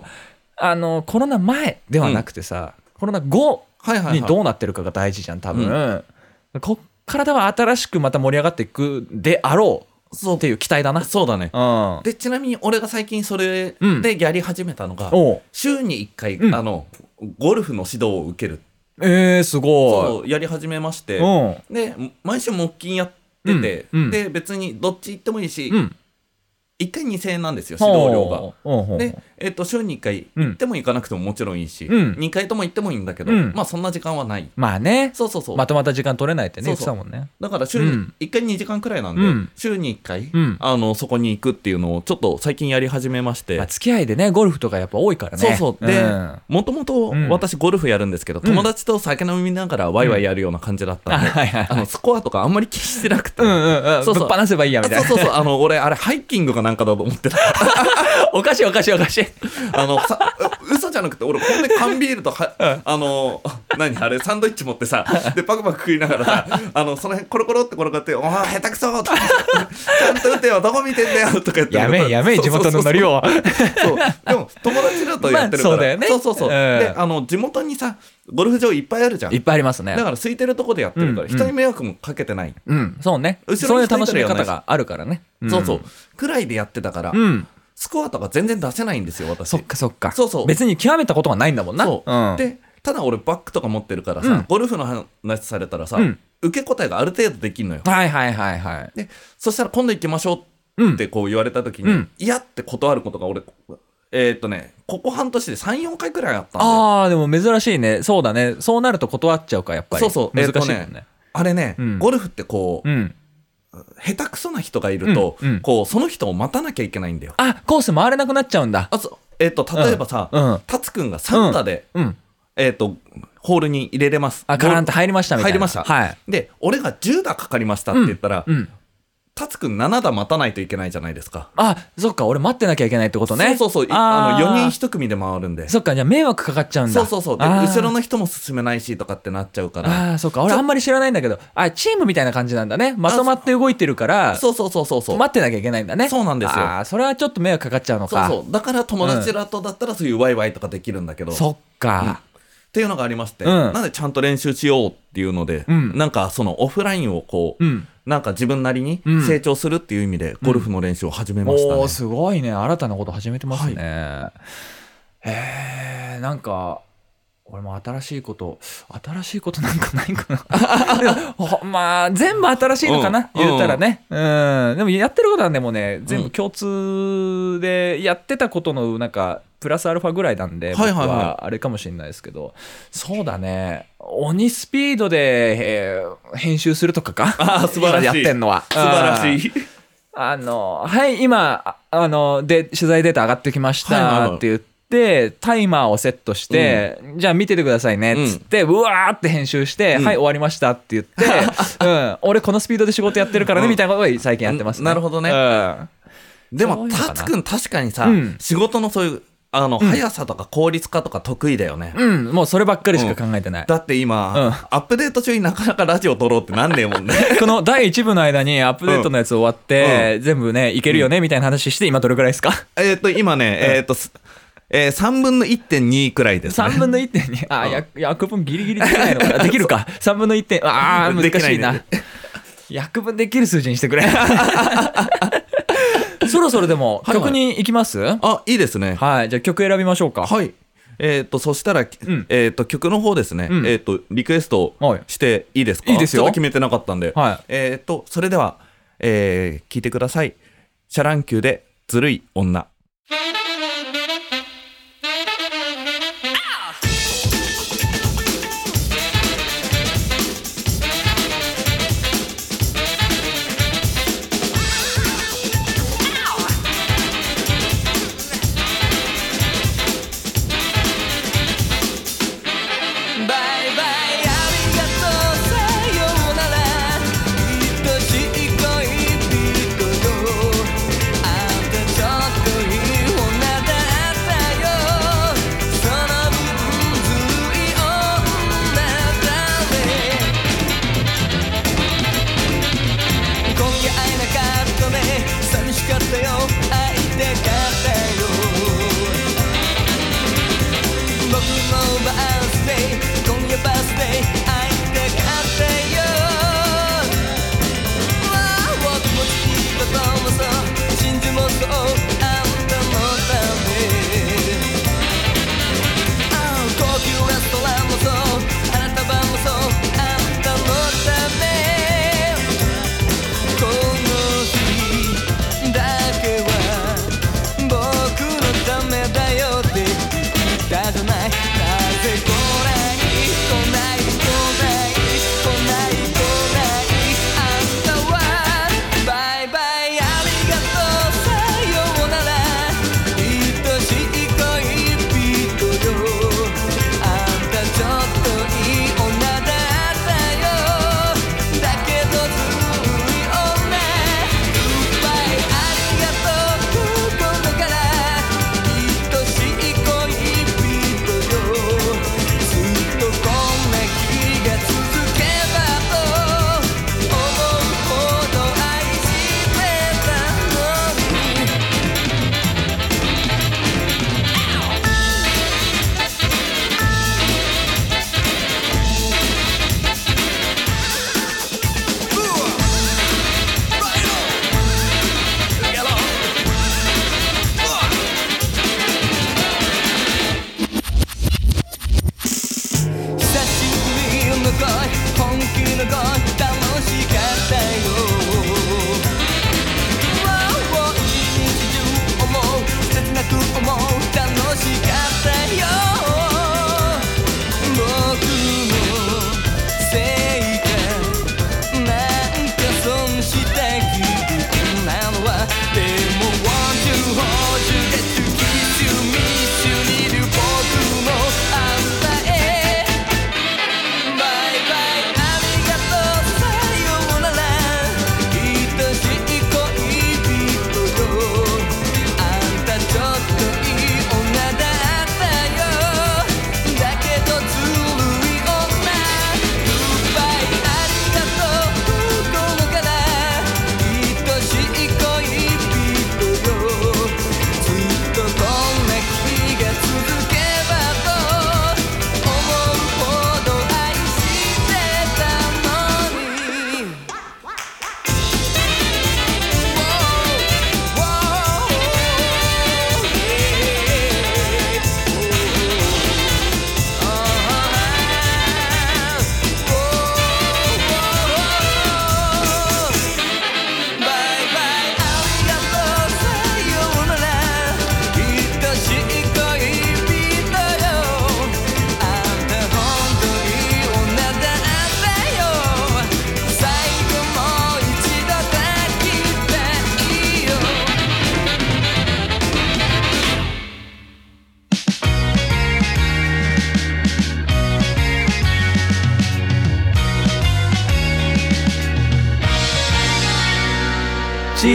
S1: あのコロナ前ではなくてさ、コロナ後
S2: はいはい
S1: に
S2: はい
S1: どうなってるかが大事じゃん多分、こっからでは新しくまた盛り上がっていくであろうっていう期待だな
S2: そうだね
S1: うん
S2: でちなみに俺が最近それ
S1: うん
S2: でやり始めたのが、
S1: おう
S2: 週に1回、
S1: うん
S2: あのゴルフの指導を受ける
S1: えー、すご
S2: そうやり始めまし
S1: い
S2: て
S1: うん
S2: で毎週木金やってて、
S1: うんうん
S2: で別にどっち行ってもいいし、
S1: うん
S2: 1回2000円なんですよ指導料が。
S1: ほうほう
S2: で、えっと週に1回
S1: うん
S2: 行っても行かなくてももちろんいいし、
S1: うん
S2: 2回とも行ってもいいんだけど、
S1: うん
S2: まあそんな時間はない
S1: まあね
S2: そうそうそう、
S1: まとまった時間取れないってね言って
S2: そ
S1: た
S2: うそう
S1: もんね
S2: だから週
S1: う
S2: に
S1: ん
S2: 1回2時間くらいなんで、
S1: うん
S2: 週に1回、
S1: うん
S2: あのそこに行くっていうのをちょっと最近やり始めまして、
S1: まあ、付き合いでねゴルフとかやっぱ多いからね
S2: そうそうで
S1: ん
S2: もともと
S1: うん
S2: 私ゴルフやるんですけど、友達と酒飲みながらワイワイやるような感じだったん
S1: う
S2: で、
S1: んあはいはいはい
S2: あのスコアとかあんまり気にしてなくて、
S1: うんうんうん
S2: そうそう
S1: ぶっ放せばいいやみたい
S2: そう
S1: な
S2: そうそうあの俺あれハイキングかなんかだと思 ってた
S1: おかしいおかしいおかしい
S2: あのさ嘘じゃなくて俺こんで缶ビールと は、あの何あれサンドイッチ持ってさでパクパク食いながらさあのその辺コロコロって転がって「お前下手くそ!」とか「ちゃんと打てよどこ見てんだよ」とか言って
S1: やめ えやめえ地元のノリを
S2: そうでも友達だとやってるから、
S1: まあそうだよね
S2: そうそうそ
S1: うん
S2: うであの地元にさゴルフ場いっぱいあるじゃん
S1: いっぱいありますね
S2: だから空いてるとこでやってるか
S1: う
S2: ら
S1: ん
S2: 人に迷惑もかけてない、
S1: うんそうね
S2: 後ろに
S1: そういう楽しみ
S2: 人いたらやん
S1: 方
S2: ないし
S1: があるからねん
S2: そうそうくらいでやってたから、
S1: うん
S2: スコアとか全然出せないんですよ私
S1: そっかそっか。
S2: そうそう
S1: 別に極めたことがないんだもんな。
S2: そう、
S1: ん、
S2: でただ俺バッグとか持ってるからさ、
S1: うん
S2: ゴルフの話されたらさ、
S1: うん
S2: 受け答えがある程度できるのよ
S1: はいはいはいはい。
S2: でそしたら今度行きましょ
S1: う
S2: うんってこう言われた時に、
S1: うん
S2: いやって断ることが俺えーっとねここ半年で34回くらいあったんだよ
S1: ああ、でも珍しいね。そうだね。そうなると断っちゃうか、やっぱり。
S2: そうそう
S1: 難しいもん
S2: えっと
S1: ね。
S2: あれね、
S1: うん
S2: ゴルフってこう、
S1: うん。
S2: 下手くそな人がいると、
S1: うんうん
S2: こうその人を待たなきゃいけないんだよ。
S1: あ、コース回れなくなっちゃうんだ。
S2: あそうえっと例えばさ、
S1: うんうん
S2: タツくんが3打で、
S1: うん。
S2: えっとホールに入れれます。
S1: あ、カランって入りましたみたいな。
S2: 入りました
S1: はい。
S2: で俺が10打かかりましたって言ったら、
S1: うん。
S2: タツくん7打待たないといけないじゃないですか。
S1: あ、そっか、俺待ってなきゃいけないってことね。
S2: そうそうそういあ
S1: あー
S2: の4人1組で回るんで。
S1: そっか、じゃあ迷惑かかっちゃうんだ。
S2: そうそうそうで
S1: あー
S2: 後ろの人も進めないしとかってなっちゃうから
S1: ああ、そっか、俺あんまり知らないんだけど、あ、チームみたいな感じなんだね。まとまって動いてるから、
S2: そうそうそうそうそう
S1: 待ってなきゃいけないんだね。
S2: そうなんですよ
S1: ああ、それはちょっと迷惑かかっちゃうの
S2: そう
S1: か。
S2: そうだから友達らとだったらそういうワイワイとかできるんだけど、
S1: そっか。
S2: っていうのがありまして、
S1: うん
S2: なんでちゃんと練習しようっていうので、
S1: うん
S2: なんかそのオフラインをこう、
S1: うん
S2: なんか自分なりに
S1: うん
S2: 成長するっていう意味でゴルフの練習を始めましたね。
S1: おーすごいね新たなこと始めてますね、えーなんか俺も新しいこと新しいことなんかないかな いやほまあ全部新しいのかな、
S2: うん
S1: 言ったらねうん、でもやってることはでもね全
S2: うん
S1: 部共通でやってたことのなんかプラスアルファぐらいなんで、
S2: はいはいはい
S1: 僕はあれかもしれないですけどそうだね鬼スピードで、えー編集するとかか
S2: あー素晴らし
S1: 今
S2: い
S1: やってんのは
S2: 素晴ら
S1: い
S2: しい。
S1: あのはい今ああので取材データ上がってきまし
S2: はいはいは
S1: た
S2: い
S1: って言って。タイマーをセットして、じゃあ見ててくださいねっつって、うわーって編集して、
S2: うん
S1: はい終わりましたって言 って、うん、俺このスピードで仕事やってるからねみたいなことを最近やってますね。
S2: うんなるほどね
S1: うん
S2: で
S1: そ
S2: も、
S1: ういうのかな
S2: タツくん確かにさ、
S1: うん
S2: 仕事のそういう、あの、速さとか効率化とか得意だよね。
S1: うん、もうそればっかりしか考えてない。
S2: だって今、
S1: うん
S2: アップデート中になかなかラジオ撮ろうってなんねえもんね。
S1: この第1部の間にアップデートのやつ終わって、全部ねいけるよねみたいな話して今どれくらいですか
S2: えっと、今ね、えっと、すえー、3分の1.2くらいですね。
S1: 3分の1.2ああ、や約分ギリギリできないの かなできるか3分の1点ああ難
S2: できな
S1: し
S2: い
S1: いな
S2: ね
S1: 約分できる数字に してくれそろそろでも
S2: はいはい
S1: 曲に行きますはい、
S2: あ、いいですね。
S1: じゃあ曲選びましょうか
S2: はい。えっと、そしたら、
S1: ん
S2: えっと、曲の方ですね
S1: う。ん
S2: えっと、リクエスト
S1: はい
S2: していいですか
S1: いいですよ
S2: ちょっと決めてなかったんで。
S1: はい
S2: えっと、それでは、えー聞いてください。シャランキューで、ずるい女。
S3: バイバイありがとうさようなら愛しい恋人よあんたちょっとい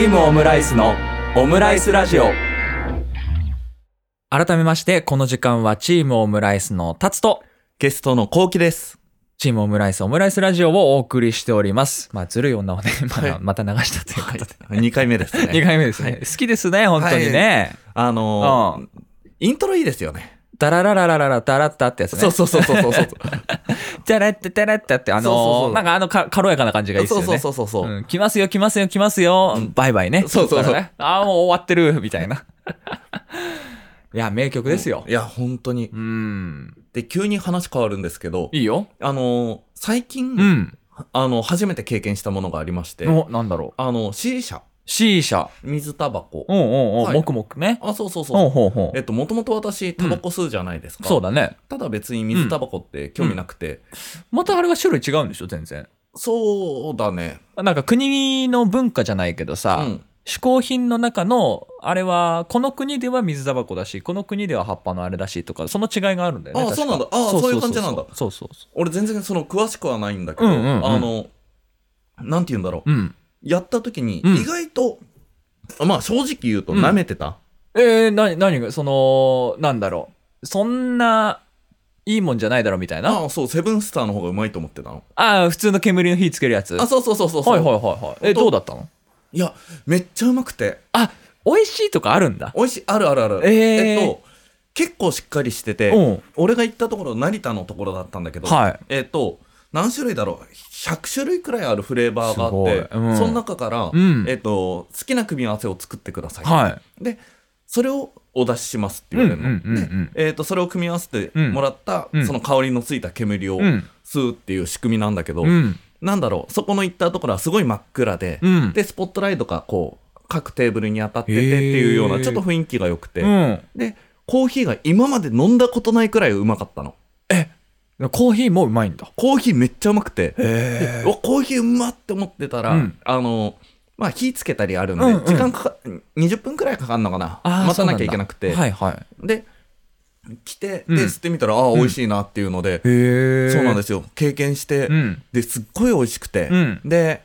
S1: ムオムライスのオムライスラジオ改めましてこの時間はチームオムライスの達と
S2: ゲストのこうきです。
S1: チームオムライスオムライスラジオをお送りしておりますまあずるい女をね、まあ
S2: はい
S1: また流したということで、
S2: 二回目です
S1: 2
S2: ね。
S1: 回目ですね、好きですね本当にね、
S2: あのー
S1: うん
S2: イントロいいですよね。
S1: ダララララララダラッタってやつね
S2: そうそうそうそうそうそう。
S1: ダラッタダラッタってあのー
S2: そうそうそう
S1: なんかあのか軽やかな感じがいいですよね
S2: そうそうそうそう。
S1: うん、来ますよ来ますよ来ますよ、バイバイね
S2: そうそうそう
S1: だからねああもう終わってるみたいないや名曲ですよ
S2: いや、本当に
S1: う。ん
S2: で、急に話変わるんですけど、
S1: いいよ
S2: あのー最近、
S1: うん
S2: あの、初めて経験したものがありまして、
S1: おなんだろう
S2: あの、C 社、
S1: C 社
S2: 水タバコ
S1: お。うおうおう、
S2: はい
S1: もくもくね
S2: あ、そうそう
S1: お
S2: そうう。
S1: ほうほう
S2: えっと、もともと私、タバコ吸うじゃないですか。
S1: そうだね
S2: ただ別に水タバコって興味なくて、
S1: またあれは種類違うんでしょ全然
S2: そうだね。
S1: なんか国の文化じゃないけど
S2: う
S1: さ、
S2: ん。
S1: 嗜好品の中のあれはこの国では水タバコだしこの国では葉っぱのあれだしとかその違いがあるんだよね
S2: あ
S1: 確か
S2: そうなんだあそういう感じなんだ
S1: そうそうそ
S2: 俺全然その詳しくはないんだけど、
S1: うんうんうん
S2: あの、なんて言うんだろう。
S1: ううん
S2: やった時に、
S1: うん
S2: 意外と、まあ正直言うと
S1: うん
S2: 舐めてた。
S1: えー、な何がそのなんだろうそんないいもんじゃないだろみたいなあ
S2: あそう、セブンスターの方がうまいと思ってたの。
S1: あー普通の煙の火つけるやつ
S2: あ、そうそうそうそうそう。
S1: はいはいはいはいえ
S2: 本当
S1: どうだったの
S2: いや、めっちゃうまくて。
S1: あ美味しいとかあるんだ
S2: 美味しい、あるあるある。
S1: えー
S2: っと、結構しっかりしてて、
S1: うん
S2: 俺が行ったところ、成田のところだったんだけど、
S1: はい
S2: えっと、何種類だろう ?100 種類くらいあるフレーバーがあっ
S1: す
S2: て、
S1: ごいうん
S2: その中から、
S1: うん
S2: えっと、好きな組み合わせを作ってください。
S1: は
S2: で、それをお出ししますって
S1: い
S2: 言われるの。
S1: うんうん
S2: えっと、それを組み合わせてもらった、
S1: うん
S2: その香りのついた煙を
S1: うん
S2: 吸うっていう仕組みなんだけど、
S1: うんうん
S2: なんだろう、そこの行ったところはすごい真っ暗で、
S1: うん
S2: で、スポットライトがこう、各テーブルに当たってて
S1: へ
S2: っ
S1: ー
S2: ていうような、ちょっと雰囲気が良くて、
S1: うん
S2: で、コーヒーが今まで飲んだことないくらいうまかったの。
S1: コーヒーもうまいんだ
S2: コーヒーめっちゃうまくて、
S1: へ
S2: うわコーヒーうまって思ってたら、
S1: うん
S2: あの、まあ火つけたりあるんで、
S1: うんうん
S2: 時間かか、20分くらいかかるのかな。
S1: あー
S2: 待たなき
S1: そ
S2: ゃ
S1: うなん
S2: い
S1: だ
S2: けなくて。
S1: はいはい
S2: で、来て、
S1: うん
S2: で、吸ってみたら、ああ、美味しいなっていうので、
S1: へえ
S2: そうなんですすよ。経験して、
S1: うん
S2: ですっごい美味しくて、
S1: うん
S2: で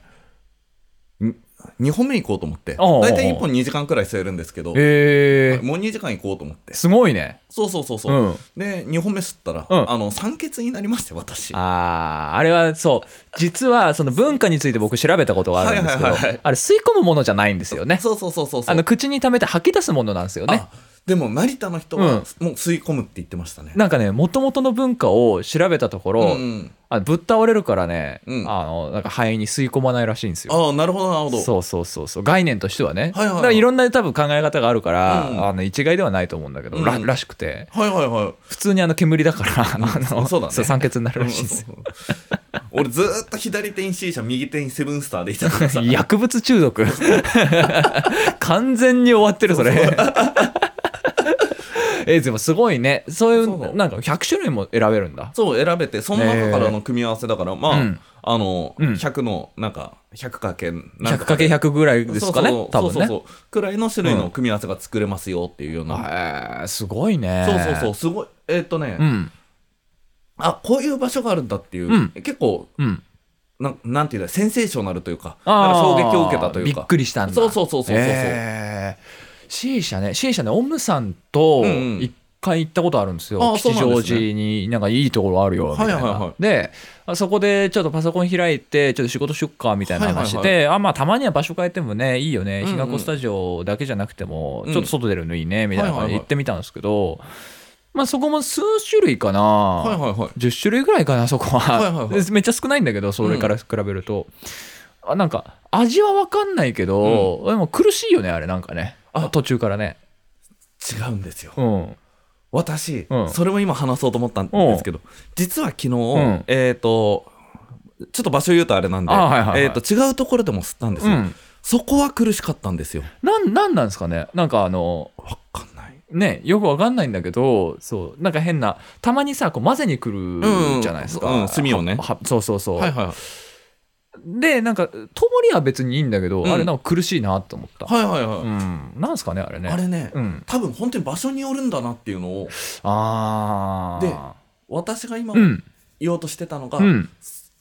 S2: 2本目行こうと思って
S1: おうおう
S2: 大体1本2時間くらい吸えるんですけど、
S1: へえ
S2: もう2時間行こうと思って
S1: すごいね
S2: そうそうそうそう、
S1: うん
S2: で2本目吸ったら、
S1: うん
S2: あの酸欠になりまして私
S1: あーあれはそう実はその文化について僕調べたことがあるんですけど、
S2: はいはいはい
S1: あれ吸い込むものじゃないんですよね
S2: そうそうそうそうそ
S1: あ
S2: う
S1: の口に溜めて吐き出すものなんですよね
S2: あでも成田の人は、
S1: うん
S2: もう吸い込むって言ってましたね
S1: なんかねもともとの文化を調べたところ、
S2: うん、
S1: あぶっ倒れるからね、
S2: うん
S1: あのなんか肺に吸い込まないらしいんですよ
S2: ああなるほどなるほど
S1: そうそうそうそう概念としてはね、
S2: はいはいはい
S1: だからいろんな多分考え方があるから、
S2: うん
S1: あの一概ではないと思うんだけど、
S2: うん
S1: ららしくて
S2: はいはいはい
S1: 普通にあの煙だから、あの
S2: そうだね
S1: 酸欠になるらしいんですよ、
S2: 俺ずーっと左手に C 社右手にセブンスターでいたからさ
S1: 薬物中 毒完全に終わってるそれ えでもすごいねそうい
S2: そうう
S1: なんか100種類も選べるんだ
S2: そう選べてその中からの組み合わせだから、まあ、
S1: うん
S2: あの、
S1: うん
S2: 100のなんか 100×100×100
S1: 100×100 ぐらいですかね
S2: そう
S1: 多
S2: そ
S1: 分
S2: う
S1: ね
S2: そうそうそうくらいの種類の組み合わせが作れますよっていうような、
S1: へーすごいね
S2: そうそうそうすごいえーっとね、
S1: うん
S2: あこういう場所があるんだっていう、
S1: うん
S2: 結構
S1: うん
S2: なんなんていうんだセンセーショナルというか
S1: あ
S2: なんか衝
S1: ー
S2: 撃を受けたというか
S1: びっくりしたんだ
S2: そうそうそうそうそうそう
S1: へー C 社ね C 社ねオムさんと
S2: うんうん
S1: 一回行ったことあるんですよ、
S2: あーそう
S1: 吉
S2: なん
S1: 祥
S2: ですね
S1: 寺になんかいいところあるよみたいな、
S2: はいはいはい
S1: であそこでちょっとパソコン開いてちょっと仕事しよっかみたいな話で、
S2: はいは
S1: あまあたまには場所変えてもねいいよね
S2: うんうん
S1: 日が子スタジオだけじゃなくても、
S2: うん
S1: ちょっと外出るのいいねみたいな
S2: はい
S1: 感
S2: は
S1: じ
S2: い
S1: で
S2: はい
S1: 行ってみたんですけど、まあそこも数種類かな、
S2: はいはいはい
S1: 10種類ぐらいかなそこは,、
S2: はいはいはい
S1: めっちゃ少ないんだけどそれから比べると、あなんか味は分かんないけど、でも苦しいよねあれなんかね
S2: あ
S1: 途中からね
S2: 違うんですよ
S1: うん
S2: 私、
S1: うん
S2: それも今話そうと思ったんですけど実は昨日、
S1: ん
S2: えっ、とちょっと場所言うとあれなんで、
S1: あはいはいはい
S2: えー、と違うところでも吸ったんですよ、
S1: うん
S2: そこは苦しかったんですよ
S1: なんなんなんですかねなんかあの
S2: わかんない
S1: ねよく分かんないんだけどそうなんか変なたまにさこう混ぜにくる
S2: うん
S1: じゃないですか、
S2: うん炭をね
S1: ははそうそうそう、
S2: はいはいはい
S1: でなんかともりは別にいいんだけど、
S2: うん
S1: あれなんか苦しいなと思った、
S2: はいはいはい、
S1: うんなんですかねあれね
S2: あれね、
S1: うん
S2: 多分本当に場所によるんだなっていうのを
S1: ああ
S2: で私が今
S1: うん
S2: 言おうとしてたのが、
S1: うん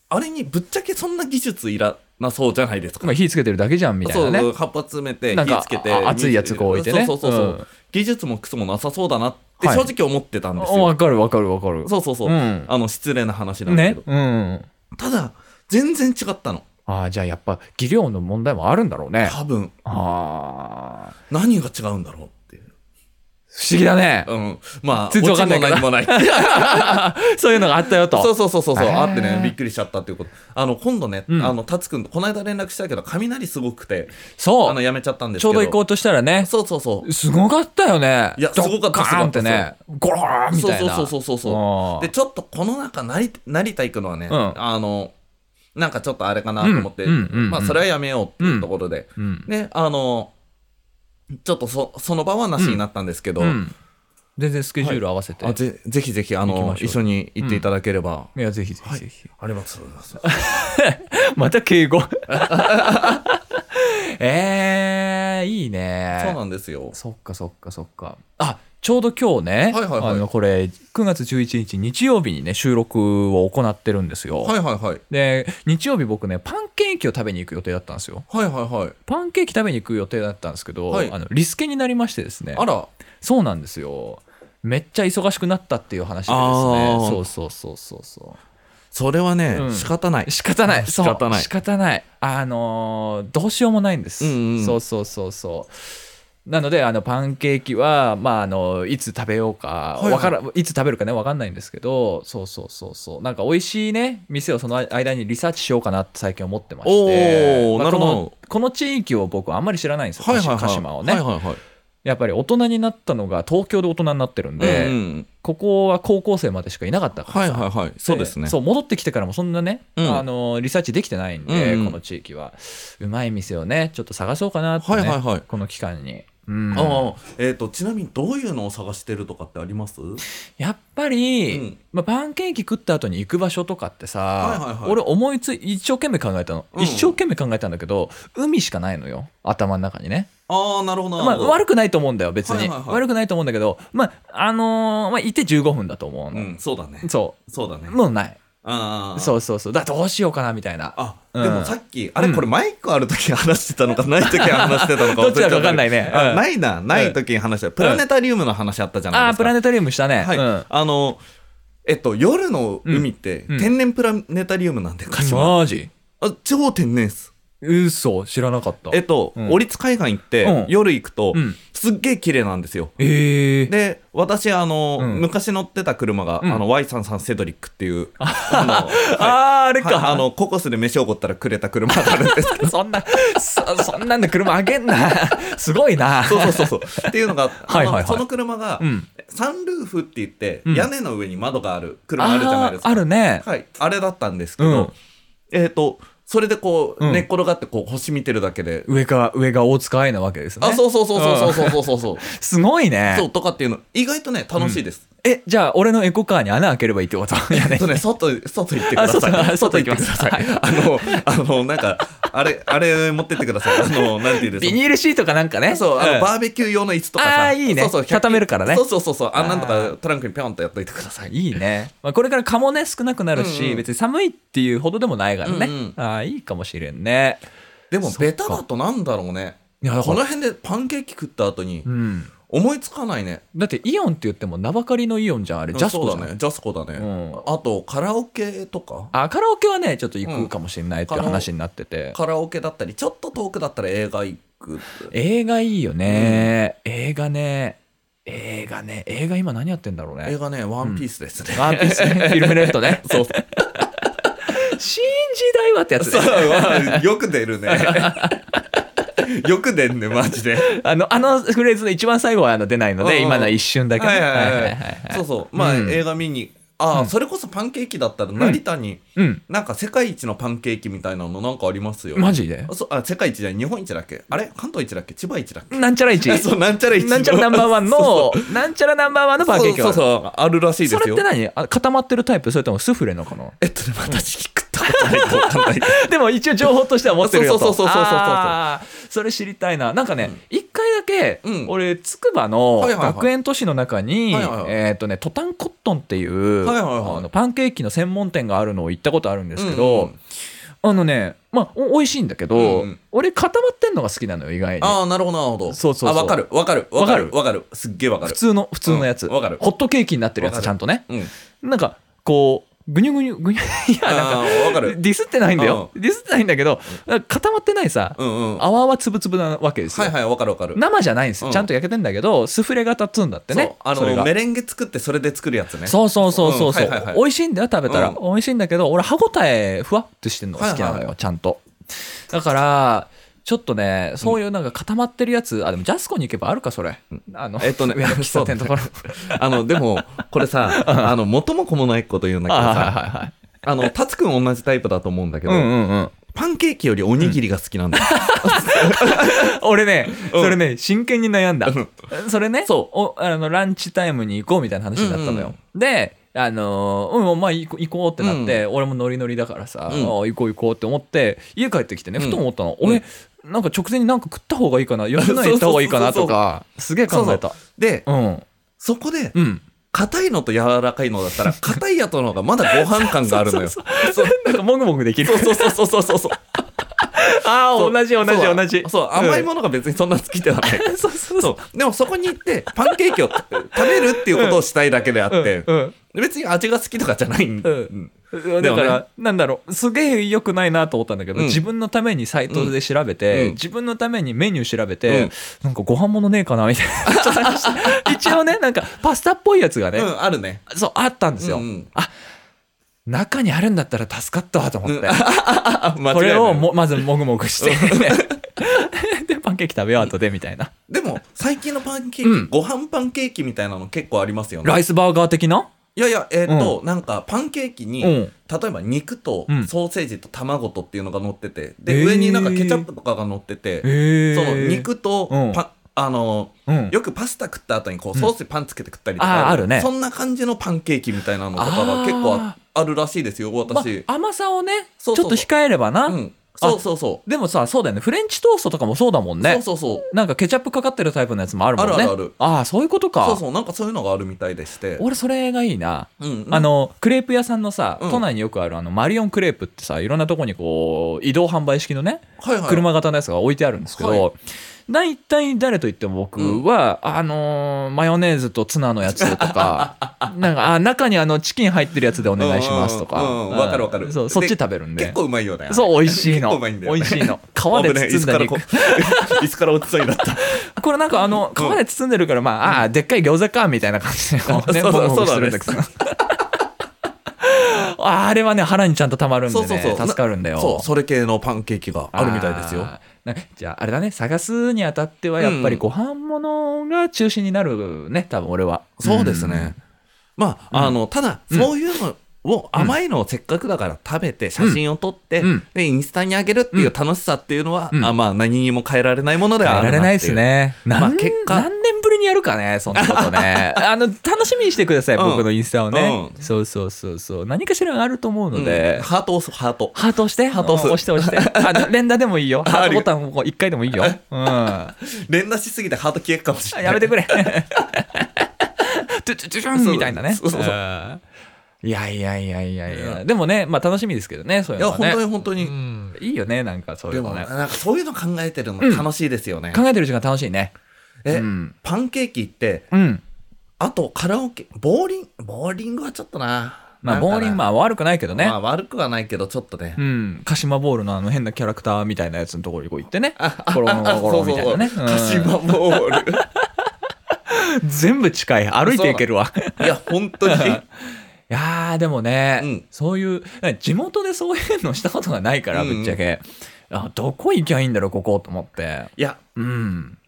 S2: あれにぶっちゃけそんな技術いらなそうじゃないですか
S1: まあ、火つけてるだけじゃんみたいな
S2: そ
S1: ね
S2: う葉っぱ詰めて
S1: なんか
S2: 火つけて
S1: あ熱いやつこう置いてね
S2: そうそうそうそう、
S1: うん
S2: 技術もクソもなさそうだなって
S1: はい
S2: 正直思ってたんですよ、
S1: わかるわかるわかる
S2: そうそうそう、
S1: うん
S2: あの失礼な話なんだけ
S1: ね
S2: ど、
S1: うん
S2: ただ全然違ったの
S1: ああじゃあやっぱ技量の問題もあるんだろうね
S2: 多分
S1: ああ
S2: 何が違うんだろうっていう、
S1: 不思議だね
S2: うん、まあ
S1: 全然わかんない
S2: オチも何もない
S1: そういうのがあったよと
S2: そうそうそうそうそう
S1: へー
S2: あってねびっくりしちゃったっていうことあの今度ね、
S1: うん
S2: あのタツくんとこの間連絡したけど雷すごくて
S1: そう
S2: あのやめちゃったんです
S1: ちょう
S2: けど
S1: ど行こうとしたらね
S2: そうそうそう
S1: すごかったよね
S2: いやすごかった
S1: ドッカーンってねゴローンみ
S2: そう
S1: たい
S2: そう
S1: な
S2: そうそうそうそう
S1: あー
S2: でちょっとこの中成成田行くのはね、
S1: うん
S2: あのなんかちょっとあれかなと思って、
S1: うんうんうんうん
S2: まあそれはやめようっていうところで、
S1: うん
S2: ねあのちょっとそその場はなしになったんですけど、
S1: うん全然スケジュール合わせて、
S2: あ
S1: い、
S2: ぜぜひぜひあ
S1: 行き
S2: の
S1: ましょう
S2: 一緒に行っていただければ、
S1: やぜひぜひぜひ、
S2: ありがとうございます
S1: また敬 語えー、いいね
S2: そうなんですよ
S1: そっかそっかそっかあちょうど今日ね、
S2: はいはいはい
S1: あのこれ9月11日日曜日にね収録を行ってるんですよ、
S2: はいはいはい
S1: で日曜日僕ねパンケーキを食べに行く予定だったんですよ
S2: はいはいはい
S1: パンケーキ食べに行く予定だったんですけど、
S2: はい
S1: あのリスケになりましてですね
S2: あら
S1: そうなんですよめっちゃ忙しくなったっていう話でです
S2: あ
S1: ね
S2: ー
S1: そうそうそうそうそう
S2: それはね、
S1: うん
S2: 仕方ない
S1: 仕方ない
S2: 仕方な
S1: そう
S2: い
S1: 仕方ないあのーどうしようもないんです、
S2: うんうん
S1: そうそうそうそうなのであのパンケーキは、まあ、あのいつ食べようか,、
S2: いはい
S1: わからいつ食べるかね分かんないんですけどそうそうそうそうなんか美味しいね店をその間にリサーチしようかなって最近思ってまして
S2: おー
S1: まあ
S2: な
S1: こ
S2: るほど
S1: のこの地域を僕あんまり知らないんですよ、
S2: はいはいはい
S1: 鹿島をね、
S2: はいはいはい
S1: やっぱり大人になったのが東京で大人になってるんで、
S2: うんうん
S1: ここは高校生までしかいなかったから
S2: はいはいはいそうですね
S1: そう戻ってきてからもそんなね、
S2: うん
S1: あのリサーチできてないんで、
S2: うんうん
S1: この地域はうまい店をねちょっと探そうかなって、ね
S2: はいはいはい
S1: この期間に、うん
S2: ああえっ、とちなみにどういうのを探してるとかってあります
S1: やっぱり、
S2: うん
S1: まあ、パンケーキ食った後に行く場所とかってさ、
S2: はいはいはい
S1: 俺思いつい一生懸命考えたの、
S2: うん
S1: 一生懸命考えたんだけど海しかないのよ頭の中にね、
S2: ああなるほど
S1: ま
S2: なる
S1: あ、
S2: ほど、
S1: 悪くないと思うんだよ別に、
S2: はいはいはい
S1: 悪くないと思うんだけどまああのーまあ、いて15分だと思う
S2: う
S1: の、
S2: んそうだね
S1: そ
S2: そうだね
S1: うもうない
S2: ああ
S1: そうそうそうだからどうしようかなみたいな
S2: あ
S1: うん
S2: でもさっき、あれ
S1: うん
S2: これマイクある時話してたのかない時話し てたのか
S1: どっちだか分かんないね
S2: あ
S1: うん
S2: ないなない時に話したプラネタリウムの話あったじゃ
S1: あ
S2: ない
S1: あ
S2: で
S1: ー
S2: すか
S1: プラネタリウムしたね、
S2: はい、
S1: うん
S2: あのえっと夜の海って
S1: うん
S2: 天然プラネタリウムなんで鹿島、
S1: マジ
S2: あ超天然っす
S1: 嘘知らなかった
S2: えっと、
S1: うん
S2: オリツ海岸行って、
S1: うん
S2: 夜行くと、
S1: うん
S2: すっげえ綺麗なんですよ
S1: ええ
S2: で私あの、
S1: うん
S2: 昔乗ってた車が、
S1: うん
S2: あの Y33 セドリックって いうあの、はい
S1: あーあれか、
S2: はいあのココスで飯をおごったらくれた車がある んですけど
S1: そんなそそんなんで車あげん なすごいな
S2: そうそうそうそう。っていうのが、
S1: はいはいはい
S2: あのその車が、
S1: うん
S2: サンルーフって言って、
S1: うん
S2: 屋根の上に窓がある車あるじゃない
S1: あ
S2: です
S1: あ
S2: か。
S1: あるね、
S2: はい。あれだったんですけ
S1: う
S2: ど、
S1: ん
S2: えっ、と、それでこう、
S1: うん
S2: 寝っ転がってこう星見てるだけで、
S1: 上が上が大塚愛なわけですね
S2: あ、そうそうそうそうそうそうそうそう。
S1: すごいね
S2: そうとかっていうの、意外とね、楽しいです。
S1: えじゃあ俺のエコカーに穴開ければいいってこと いや
S2: え
S1: ね
S2: っとね、外、外行ってください。
S1: あ外外行きます
S2: 外行ってください。あの、あの、なんか、あれ、あれ持ってってください。あの、なんていうんです
S1: ビ
S2: か。
S1: ニールシートかなんかね
S2: そう、あの、
S1: ん
S2: バーベキュー用の椅子とか
S1: あ
S2: さ。
S1: ーいいね
S2: そうそう、100
S1: 畳めるからね
S2: そうそうそうそう。あんなんと
S1: あ
S2: かトランクにピョンとやっといてください。
S1: いいね、まあ、これから蚊もね少なくなるし、
S2: うんうん
S1: 別に寒いっていうほどでもないからね、
S2: うんうん
S1: ああいいかもしれんね
S2: でもベタだとなんだろうね
S1: いやだか
S2: こ
S1: ら
S2: の辺でパンケーキ食った後に
S1: うん
S2: 思いつかないね、
S1: だってイオンって言っても名ばかりのイオンじゃんあれジャスコ
S2: そ
S1: じ
S2: う
S1: ゃ
S2: だ
S1: ん、
S2: ねジャスコだね、
S1: うん
S2: あとカラオケとか
S1: あカラオケはねちょっと行くかもしれないっていう話になってて、
S2: カラオケだったりちょっと遠くだったら映画行く
S1: 映画いいよね、映画ね映画ね映画今何やってんだろう
S2: 映
S1: ね
S2: 画ね「ワンピースですね、
S1: ワンピースね フィルムレッドねそう新時代はってやつね
S2: そうわよく出る ねよく出んねマジで
S1: あのあのフレーズの一番最後はあの出ないの
S2: うん
S1: で
S2: うん
S1: 今のは一瞬だけね
S2: はいはいはい,、
S1: は
S2: はいい
S1: はいはい
S2: そうそうまあ、
S1: うん
S2: 映画見にああ、それこそパンケーキだったら成田に、
S1: うん
S2: なんか世界一のパンケーキみたいなのなんかありますよ
S1: マジで
S2: そあ世界一じゃない日本一だっけあれ関東一だっけ千葉一だっけ
S1: なんちゃら一
S2: あ そうなんちゃら一の
S1: なんちゃらナンバーワンの
S2: そう
S1: なんちゃらナンバーワンのパンケーキが
S2: そ
S1: ある
S2: うそうそうあるらしいです
S1: それっ
S2: よ
S1: て何あ固まってるタイプそれともスフレのかな
S2: えっとね私聞くったことないとわかんない
S1: でも一応情報としては持ってるよと
S2: そうそうそうそうそうそうそう
S1: あーそれ知りたいな。なんかね、一、回だけ、
S2: うん
S1: 俺、つくばの
S2: はいはいはい
S1: 学園都市の中に、
S2: はいはいはい
S1: えっ、とね、トタンコットンっていう、
S2: はいはいはい
S1: あのパンケーキの専門店があるのを行ったことあるんですけ
S2: うん
S1: ど、
S2: うん
S1: あのね、まあ、お美味しいんだけど、
S2: うんうん
S1: 俺、固まってんのが好きなのよ、意外に。
S2: ああなるほどなるほど
S1: そうそうそう
S2: あわかるわかるわかる
S1: わ
S2: わかるすっげえわか
S1: 普
S2: る
S1: 通の、普通のやつ。
S2: うんわかる
S1: ホットケーキになってるや
S2: わか
S1: つ、
S2: る
S1: ちゃんとね。
S2: うん
S1: なんか、こう、ぐにゅぐにゅ、ぐにゅ、 いや、なんか、
S2: あーわ かる
S1: ディスってないんだよ。ディスってないんだけど、固まってないさ、
S2: うんうんは
S1: 泡はつぶつぶなわけですよ。
S2: いはいわかるわかる
S1: 生じゃないんですよ、
S2: うん
S1: ちゃんと焼けてんだけどスフレが立つんだってね
S2: そうあ
S1: それが
S2: のメレンゲ作ってそれで作るやつね
S1: そうそうそうそうそう、
S2: うんはいはいはい
S1: 美味しいんだよ食べたら、
S2: うん
S1: 美味しいんだけど俺歯ごたえふわっとしてんのが好きなのよ、
S2: はいはいは
S1: ちゃんとだからちょっとねそういうなんか固まってるやつ、あでもジャスコに行けばあるかそれ、あの
S2: えっ とね
S1: 上の喫茶店のと ころ
S2: あのでもこれ さあの元も子もないこと言うんだけど
S1: あはい
S2: さ
S1: はいはい
S2: あのタツくん同じタイプだと思うんだけど
S1: うんうんうん
S2: パンケーキよりおにぎりが好きなん だよ
S1: 俺ね、
S2: うん
S1: それね、真剣に悩んだ
S2: ん。
S1: それね、おあのランチタイムに行こうみたいな話になったのよ。で、あのーうん、まあ行こう行こうってなって、俺もノリノリだからさ、
S2: うん
S1: あ行こう行こうって思って、家帰ってきてね、
S2: うん
S1: ふと思ったの。
S2: うん
S1: 俺、なんか直前になんか食った方がいいかな、吉野家行った方がいいかな とか、すげえ考えた。
S2: で
S1: うん。
S2: そこで
S1: うん。
S2: 硬いのと柔らかいのだったら硬いやつの方がまだご飯感があるのよ そう
S1: なんかもぐもぐできる。
S2: そうそうそうそうそう
S1: ああ、
S2: そう
S1: 同じ同じ
S2: そう
S1: 同じ。
S2: そう甘いものが別にそんな好きではない
S1: うん。そうそうそう。
S2: で もそこに行ってパンケーキを食べるっていうことをしたいだけであっ
S1: うん
S2: て、
S1: うん
S2: 別に味が好きとかじゃないんだ、
S1: うんだか
S2: でも
S1: ら、
S2: ね
S1: なんだろうすげえ良くないなと思ったんだけど、
S2: うん
S1: 自分のためにサイトで調べて、
S2: うん
S1: 自分のためにメニュー調べて、
S2: うん
S1: なんかご飯物ねえかなみたい なちょっと探して一応ねなんかパスタっぽいやつがね、
S2: うんあるね
S1: そうあったんですよ、
S2: うんうん
S1: あ中にあるんだったら助かったわと思って、
S2: あ 間違いない
S1: これをもまずもぐもぐして でパンケーキ食べよう後でみたいな
S2: でも最近のパンケーキ、
S1: うん
S2: ご飯パンケーキみたいなの結構ありますよね
S1: ライスバーガー的ない
S2: やいやえっ、と、なんかパンケーキに、
S1: うん
S2: 例えば肉と
S1: うん
S2: ソーセージと卵とっていうのが乗ってて、
S1: へ
S2: で
S1: ー
S2: 上になんかケチャップとかが乗ってて、
S1: へえ
S2: その肉とパ
S1: う
S2: ン、
S1: ん
S2: あの
S1: うん
S2: よくパスタ食った後にこうソースにパンつけて食ったりと
S1: あー
S2: か、
S1: あるね
S2: そんな感じのパンケーキみたいなのとかが結構ああるらしいですよ
S1: ま
S2: 私、
S1: あ甘さをね
S2: そうそうそう
S1: ちょっと控えればな、
S2: うん、そうそうそ
S1: でもさそうだよねフレンチトーストとかもそうだもん
S2: う、
S1: ね
S2: そうそうそう
S1: なんかケチャップかかってるタイプのやつもあるもんね。
S2: あるあるある
S1: ああそういうことか。
S2: そうそうなんかそういうのがあるみたいでして、
S1: 俺それがいいな。
S2: うん、
S1: あのクレープ屋さんのさ、
S2: うん
S1: 都内によくあるあのマリオンクレープってさいろんなとこにこう移動販売式のね、
S2: はいはい
S1: 車型のやつが置いてあるんですけど、
S2: は
S1: 大体誰と言っても僕は、あのーマヨネーズとツナのやつと かなんかあ中にあのチキン入ってるやつでお願いしますとか
S2: うんうんうんうん
S1: うん
S2: わかるわかる
S1: そうそっち食べるんで
S2: 結構うまいよね
S1: そう美味しいの
S2: 結構うまいんだよね
S1: 美味しいの皮で
S2: 危ねえ
S1: 包んだ肉
S2: 椅子からこう 椅子から落ちそうになった
S1: これなんかあの
S2: うん
S1: 皮で包んでるから、まあ、ああでっかい餃子かみたいな感じでこうね
S2: そうそう
S1: もぐもぐしてるんだけど ああれはね腹にちゃんとたまるんで
S2: そう
S1: ね
S2: そうそう
S1: 助かるんだよ
S2: そうそれ系のパンケーキがあるみたいですよ
S1: あーなじゃああれだね探すにあたってはやっぱり
S2: うん
S1: ご飯物が中心になるね多分俺は
S2: そうですね、まああのただ、
S1: うん
S2: そういうのを甘いのをせっかくだから食べて写真を撮って、
S1: うん
S2: でインスタに上げるっていう楽しさっていうのは、
S1: うん
S2: あまあ何にも変えられないもので
S1: や
S2: はあ
S1: ら
S2: る
S1: れ
S2: な
S1: ない
S2: っ
S1: で
S2: てい
S1: す
S2: う
S1: ねなん、
S2: まあ結果
S1: 何年ぶりにやるかねそんなこと ねあの楽しみにしてください、
S2: うん
S1: 僕のインスタをね、
S2: う
S1: そうそうそうそう何かしらがあると思うの
S2: う
S1: で
S2: ん、ハート押すハート
S1: ハート押して、ハ
S2: ート押す
S1: 押して押して。あの、連打でもいいよ。ハー
S2: あ
S1: ト
S2: り
S1: ボ
S2: が
S1: タンをこう一回でもいいよ。うん。や
S2: 連打しすぎてハート消えるかもしれない
S1: めてくれ。トゥトゥトゥトゥンみたいなね。
S2: そうそうそ
S1: う
S2: う
S1: んいやいやいやいやいうや。でもね、まあ楽しみですけどね、そうい
S2: いう
S1: の
S2: や
S1: は
S2: 本
S1: ね。
S2: 当に本当に、
S1: うんいいよね、なんかそうい
S2: で
S1: うの
S2: もね
S1: ね。
S2: なんかそういうの考えてるの
S1: うん
S2: 楽しいですよね、
S1: 考えてる時間楽しいね。
S2: え、
S1: うん
S2: パンケーキって
S1: うん。
S2: あとカラオケボーリングボーリングはちょっとな
S1: まあ、ボーリング
S2: ン
S1: は悪くないけどね
S2: まあ。悪くはないけどちょっとね、
S1: うん。鹿島ボールのあの変なキャラクターみたいなやつのところにこう行ってね。ゴロゴ
S2: あ
S1: ロゴロみたいなね。
S2: そうそうそう鹿島ボ ール
S1: うん全部近い。歩いていけるわ。
S2: いや本当に
S1: いやーでもね、
S2: うん
S1: そういう地元でそういうのしたことがないから
S2: うんうん
S1: ぶっちゃけ、あどこ行きゃいいんだろうここと思って
S2: いや
S1: うん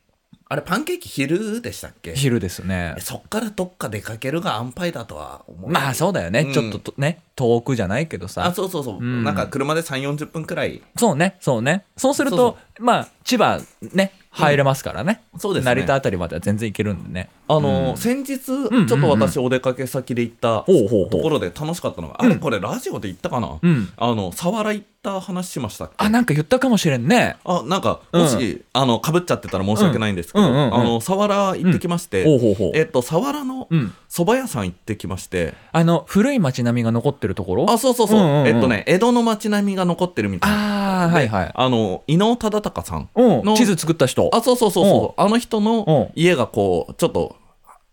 S2: あれパンケーキ昼でしたっけ
S1: 昼ですね
S2: そっからどっか出かけるが安牌だとは思う
S1: まあそうだよね、
S2: うん
S1: ちょっととね遠くじゃないけど
S2: あ
S1: さ
S2: そうそうそう、
S1: ん
S2: なんか車で3 4 0分くらい
S1: そうねそうねそうすると
S2: そう
S1: まあ千葉ね入れますからね,、
S2: そうですね
S1: 成田あたりまでは全然行けるんでね
S2: あのー先日ちょ
S1: んうん
S2: っと私お出かけ先で行った
S1: ほうほうほう
S2: ところで楽しかったのがあれこれラジオで行ったかな
S1: うん
S2: あのサワラ行っった話しましたっけ
S1: あなんか言ったかもしれんね
S2: あなんか
S1: うん
S2: もし、あのかぶっちゃってたら申し訳ないんですけど、
S1: うんうんうんうん
S2: あのサワラ行ってきまして、
S1: ほうほうほう
S2: えっとサワラの
S1: うん
S2: 蕎麦屋さん行ってきまして、
S1: あの古い街並みが残ってるところ
S2: あそうそうそう,、
S1: うんうんうん
S2: えっとね江戸の街並みが残ってるみたいな
S1: あーはいはい
S2: あの伊能忠敬さん
S1: う
S2: の
S1: ん地図作った人
S2: あそうそうそうそうあの人の
S1: う
S2: 家がこうちょっと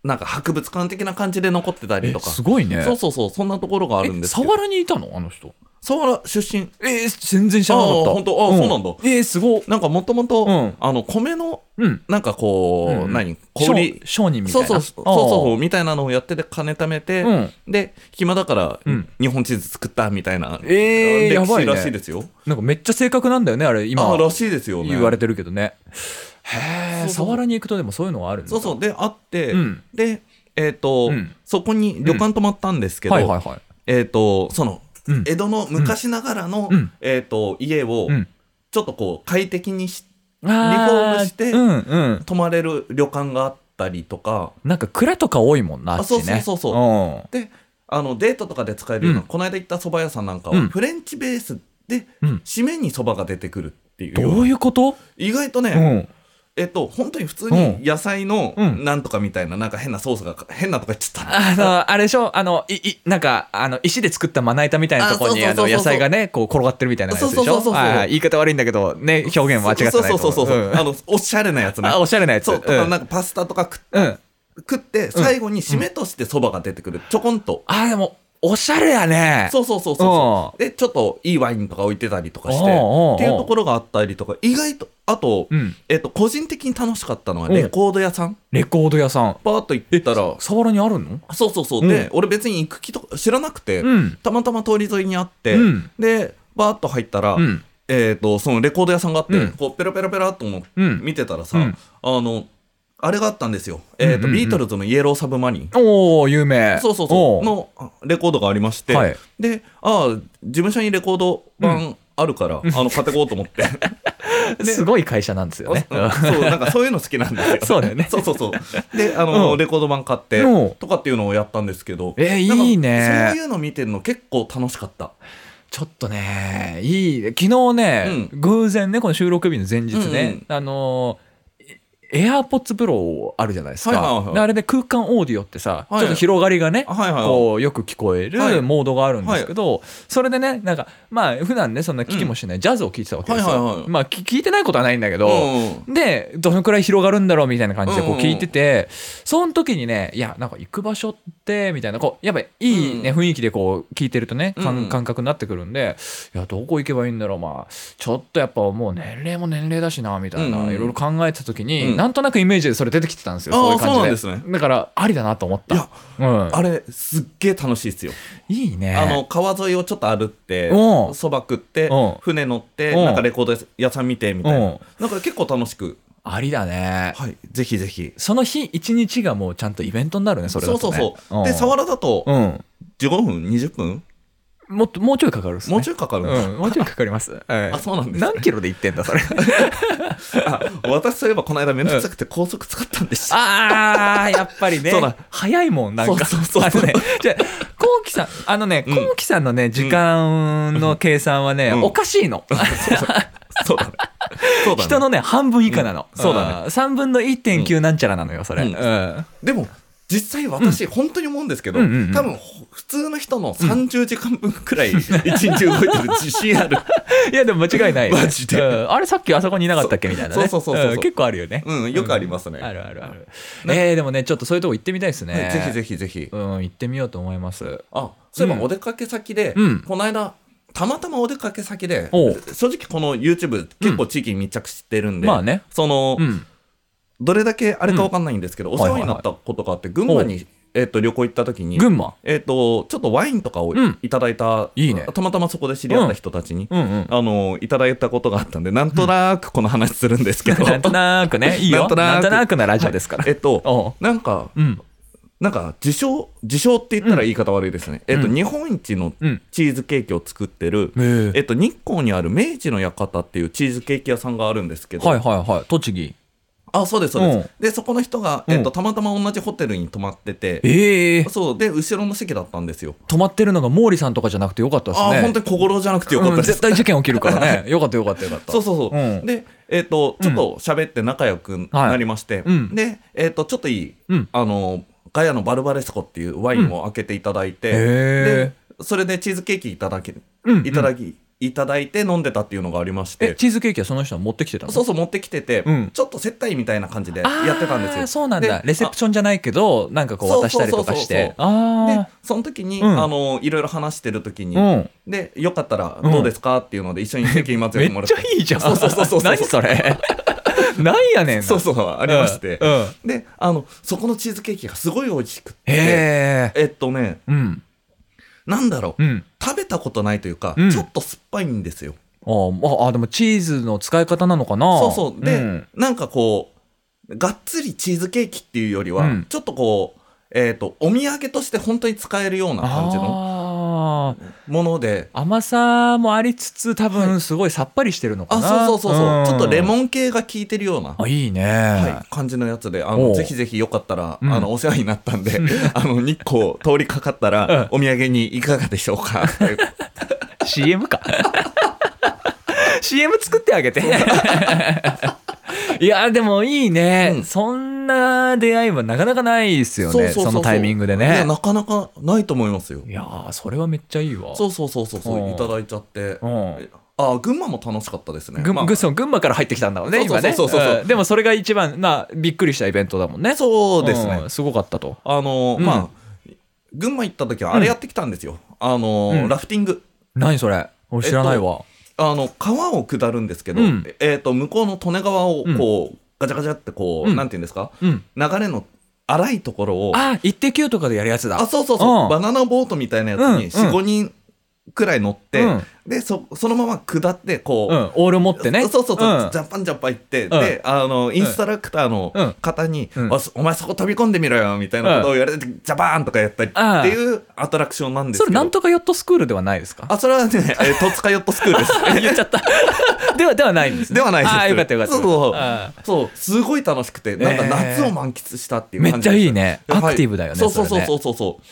S2: なんか博物館的な感じで残ってたり
S1: え
S2: とか
S1: すごいね
S2: そうそうそうそんなところがあるん
S1: え
S2: です
S1: サ
S2: け
S1: ワ
S2: ど
S1: ラにいたのあの人
S2: サワラ出身
S1: えー、全然知らなかった
S2: あーほんとあーそうなんだ
S1: えー、すごっ
S2: なんかもともと
S1: うん
S2: あの米の
S1: うん
S2: なんかこう、
S1: うん
S2: 何小
S1: 商
S2: 売り
S1: 商人みた
S2: そ
S1: いうな
S2: そうそうそうそううみたいなのをやってて金貯めて、
S1: うん
S2: で暇だから
S1: うん
S2: 日本地図作ったみたいな、
S1: えーや
S2: 歴
S1: ばい
S2: 史
S1: ね
S2: らしいですよ、
S1: なんかめっちゃ正確なんだよねあれ今
S2: あらしいですよね
S1: 言われてるけどねへえ
S2: そうそう
S1: サワラに行くとでもそういうのはあるんだ
S2: そうそうであって、
S1: うん
S2: でえっ、と、
S1: うん
S2: そこに旅館泊まったんですけど、
S1: はいはいはい
S2: えっ、とその、
S1: うん
S2: 江戸の昔ながらの、
S1: うん
S2: えっ、と家を
S1: うん
S2: ちょっとこう快適にし
S1: リフォ
S2: リフォームして
S1: うんうん
S2: 泊まれる旅館があったりとか
S1: なんか蔵とか多いもんなあ
S2: あ
S1: っちね
S2: そうそうそうそう
S1: そ
S2: であのデートとかで使えるような、
S1: うん
S2: この間行った蕎麦屋さんなんかは、
S1: うん
S2: フレンチベースで
S1: うん
S2: 締めに蕎麦が出てくるっていうよう
S1: ど
S2: な
S1: ういうこと
S2: 意外とね、
S1: うん
S2: えっと本当に普通に野菜の
S1: うん
S2: なんとかみたいななんか変なソースが変なとか言っちゃった
S1: あの、あれでしょあの、い、い、なんか、あの、石で作ったまな板みたいなところに、
S2: あ
S1: あ
S2: そうそう
S1: の、
S2: そうそう
S1: 野菜がね、こう、転がってるみたいなやつでしょ
S2: そうそうそうそう
S1: はいはい言い方悪いんだけど、ね、表現は間違ってないと
S2: そう
S1: 思
S2: そうそうそう、
S1: うん
S2: あのおしゃれなやつね
S1: あ、おしゃれなやつ。
S2: そうとか
S1: ん
S2: なんかパスタとか食っ
S1: うん。
S2: 食って最後に締めとして蕎麦が出てくるちょこんと、
S1: あ、でも、おしゃれやね。
S2: そうそうそうそうそうでちょっといいワインとか置いてたりとかして
S1: おうおうおう
S2: っていうところがあったりとか意外とあと、
S1: うん
S2: えっと個人的に楽しかったのはレコード屋さん
S1: レコード屋さん。
S2: バーッと行ったら
S1: サワラにあるの
S2: そうそうそう、
S1: うん
S2: で俺別に行く気とか知らなくて、
S1: うん。
S2: たまたま通り沿いにあって、
S1: うん
S2: でバーッと入ったら、
S1: うん。
S2: えー、とそのレコード屋さんがあって、
S1: うん
S2: こうペラペラペラっとも
S1: うん
S2: 見てたらさ、
S1: うん
S2: あのあれがあったんですよ、えー
S1: う
S2: と
S1: んうんうん
S2: ビートルズの「イエローサブマニー」
S1: おー、有名。
S2: そうそうそ
S1: お
S2: う
S1: ー
S2: のレコードがありまして、
S1: はい
S2: でああ事務所にレコード版あるから、あの買ってこうと思って
S1: すごい会社なんですよね。
S2: あ そうなんかそういうの好きなんですよ
S1: そうだよね
S2: そうそうそうであの、
S1: うん
S2: レコード版買って
S1: うん
S2: とかっていうのをやったんですけど
S1: えー
S2: なんか
S1: いいね
S2: そういうの見てるの結構楽しかった
S1: ちょっとね、いい、昨日ね、
S2: う
S1: 偶然ね、この収録日の前日
S2: うんう
S1: ね
S2: ん、
S1: あのー、エアーポッツプロあるじゃないです
S2: はいはいは
S1: か
S2: い。
S1: であれで空間オーディオってさ、ち
S2: はい
S1: ょっと広がりがね
S2: あ、はいはいはい
S1: こう、よく聞こえ
S2: はい
S1: るモードがあるんですけど、それでね、なんか、まあ、普段ね、そんな聞きもしないジャズを聞いてたわけです
S2: はいはいは
S1: よ
S2: い。
S1: まあ、き聞いてないことはないんだけど、
S2: うん
S1: でどのくらい広がるんだろうみたいな感じでこ
S2: う
S1: うん
S2: うん
S1: 聞いてて、その時にねいやなんか行く場所ってみたいなこうやっぱいい、ね
S2: うん
S1: 雰囲気でこう聞いてるとね
S2: うんう
S1: 感
S2: ん
S1: 感覚になってくるんでいやどこ行けばいいんだろうまあちょっとやっぱもう年齢も年齢だしなみたいな、
S2: うんうん
S1: いろいろ考えてた時に、
S2: うん
S1: なんとなくイメージでそれ出てきてたんですよ
S2: あー
S1: そういう感じで
S2: そうなんですね
S1: だからありだなと思った
S2: いや
S1: うん、
S2: あれすっげえ楽しいですよ
S1: いいね
S2: あの川沿いをちょっと歩って
S1: うん
S2: そば食って
S1: うん
S2: 船乗って
S1: うん
S2: なんかレコード屋さん見てみた
S1: う
S2: い
S1: ん
S2: ななんか結構楽しく
S1: ありだね、
S2: はいぜひぜひ
S1: その日一日がもうちゃんとイベントになるねそれだ
S2: そう
S1: と、ね、
S2: そうそうでサワラだと
S1: うん
S2: 15分20分
S1: もっともうちょいかかるっすね
S2: もうちょいかかるんだ
S1: うん、もうちょいかかります。あ
S2: そうなんですね
S1: 何キロで行ってんだ、 それ。
S2: あ私そういえばこの間めんどくさくて高速使ったんです
S1: ああ、やっぱりね
S2: そうだ。
S1: 早いもん、なんか。
S2: そうそうそう
S1: あのね、じゃあこうきさん、あのね、
S2: うん
S1: こうきさんのね、時間の計算はね、
S2: うん
S1: おかしいの。
S2: そうだねそうだね
S1: 人のね、半分以下なの。
S2: うんそうだ
S1: ね。3分の1.9なんちゃらなのよ、それ。
S2: う
S1: うんん。
S2: でも実際私本当に思うんですけど
S1: うんうんうん
S2: 多分普通の人の30時間分くらい一日動いてる自 信ある
S1: いや、でも間違いないよね。
S2: マジで
S1: うんあれ、さっきあそこにいなかったっけみたいなね。
S2: そうそうそうそうそうん
S1: 結構あるよね。
S2: うんよくありますね
S1: あるあるある。えー、でもね、ちょっとそういうとこ行ってみたいですね。
S2: ぜひぜ
S1: ひ。
S2: ひぜひ
S1: うん、行ってみようと思います。
S2: あそういえ
S1: う
S2: ば
S1: ん
S2: お出かけ先で、
S1: うん
S2: この間たまたまお出かけ先で
S1: おう
S2: 正直この YouTube 結構地域に密着してるんで、
S1: まあね
S2: その、
S1: うん。
S2: どれだけあれかわかんないんですけど、お世話になったことがあって群馬に、えっと旅行行った時に
S1: 群馬。
S2: えっとちょっとワインとかを
S1: うん
S2: いただいた、
S1: いいね
S2: たまたまそこで知り合った人たちに、
S1: うんうん。
S2: あのいただいたことがあったんでなんとなくこの話するんですけど
S1: なんとなくね、いいよ。
S2: な
S1: なんん
S2: と
S1: と
S2: なく
S1: なくなラジオですから。
S2: えっと
S1: お
S2: なんか
S1: うん。
S2: なんか自称自称って言ったら言い方悪いですね、えっと
S1: うん
S2: 日本一の
S1: うん
S2: チーズケーキを作ってる、
S1: へえ
S2: えっと日光にある明治の館っていうチーズケーキ屋さんがあるんですけど、
S1: はいはいはい。栃木。
S2: あそうですそうです、
S1: うん
S2: でそこの人が、えっ
S1: う
S2: と
S1: ん
S2: たまたま同じホテルに泊まってて、
S1: ええ
S2: そうで後ろの席だったんですよ
S1: 止まってるのが毛利さんとかじゃなくてよかったですね
S2: ああ本当に小五郎じゃなくてよかった
S1: うん
S2: です、
S1: 絶対事件起きるから ねよかったよかったよかった
S2: そうそうそう、
S1: うん
S2: でえっ、とちょっと喋って仲良くなりまして、
S1: うん
S2: でえっ、とちょっといい、
S1: うん
S2: あのガヤのバルバレスコっていうワインを開けていただいて、
S1: うんへー
S2: でそれでチーズケーキいただき、
S1: うんうん
S2: いただきいただいて飲んでたっていうのがありまし
S1: え
S2: て
S1: チーズケーキはその人は持ってきてたの
S2: そうそう持ってきてて、
S1: うん
S2: ちょっと接待みたいな感じで
S1: あー
S2: やってたんですよ
S1: そうなんだ
S2: で
S1: レセプションじゃないけどなんかこう渡したりとかし
S2: そうそうそうそう
S1: てあ
S2: でその時に、
S1: うん
S2: あのいろいろ話してる時に、
S1: あうん
S2: でよかったらどうですかっていうので一緒に席に待つ
S1: め
S2: よも
S1: っ
S2: らっ
S1: ち
S2: て
S1: ゃいいじゃん
S2: そうそうそうそう
S1: 何それ なんやねんな
S2: そうそうありまして、
S1: うんうん
S2: であのそこのチーズケーキがすごい美味しくて
S1: へえ
S2: えっとね
S1: うん
S2: なんだろう、
S1: うん
S2: 食べたことないというか、
S1: うん
S2: ちょっと酸っぱいんですよ
S1: あーああでもチーズの使い方なのかな
S2: そうそうで、
S1: ん
S2: なんかこうがっつりチーズケーキっていうよりは、
S1: うん
S2: ちょっとこうえっとお土産として本当に使えるような感じの
S1: あー
S2: もので
S1: 甘さもありつつ多分すごいさっぱりしてるのか
S2: あ
S1: な、
S2: そうそうそうそう、ちょっとレモ
S1: ン
S2: ン系が効いてるような
S1: あいいね、
S2: はい、感じのやつで、あ
S1: お
S2: の、
S1: う
S2: ぜひぜひよかったら、
S1: うん
S2: あの、お世話になったん で、あの、日光通りかかったら、お土産にいかがでしょうか。
S1: CM か CM 作ってあげていやでもいいね、
S2: うん
S1: そんな出会いはなかなかないですよねそのタイミングで
S2: い
S1: ね
S2: や、なかなかないと思いますよ
S1: い。やーそれはめっちゃいいわ
S2: そうそうそうそうそうう、
S1: ん
S2: いただいちゃって
S1: う。ん
S2: あ、群馬も楽しかったですね。
S1: 群
S2: まあ
S1: ぐそう群馬から入ってきたんだもんね
S2: そうそう
S1: 今ね
S2: そうそうそうそうん
S1: でもそれが一番なびっくりしたイベントだもんね
S2: そうですね
S1: ん。すごかったと
S2: あの、
S1: うん
S2: まあ、群馬行った時はあれやってきたんですよ。あ
S1: うん
S2: の、ラフティング。
S1: 何それ俺知らないわ、
S2: あの、川を下るんですけど
S1: うん、
S2: えっと、向こうの利根川を、こう、ガチャガチャってこ
S1: う
S2: う、
S1: ん
S2: なんていうんですか
S1: うん
S2: 流れの荒いところを、
S1: あ、イッテ Q とかでやるやつだ。
S2: あ、そうそうそう、
S1: うん
S2: バナナボートみたいなやつ
S1: うん
S2: に4、
S1: うん
S2: 5人くらい乗って、
S1: うん
S2: でそ、そのまま下って、こ
S1: う
S2: う、
S1: ん、オール持ってね。
S2: そうそうそう、
S1: ん
S2: ジャンパンジャンパン行って、で、あの、インストラクター
S1: うん
S2: の方に、
S1: うん
S2: あそお前そこ飛び込んでみろよ、みたいなことを言われて、ジャバーンとかやったりっていうアトラクションなんです
S1: そ
S2: け
S1: れ
S2: ど。
S1: なんとかヨットスクールではないですか
S2: あ、それはね、えー、戸塚ヨットスクールです。
S1: 言っちゃった。では、ではないんですね、
S2: ではないです。
S1: あーよかったよかった。
S2: そうそう
S1: あ
S2: そう。すごい楽しくて、なんか夏を満喫したってい
S1: ー
S2: う
S1: め
S2: 感じ
S1: っ
S2: です
S1: ちゃいいね。
S2: や
S1: ア
S2: はい
S1: クティブだよね。
S2: そうそうそう
S1: れね
S2: そうそうそう。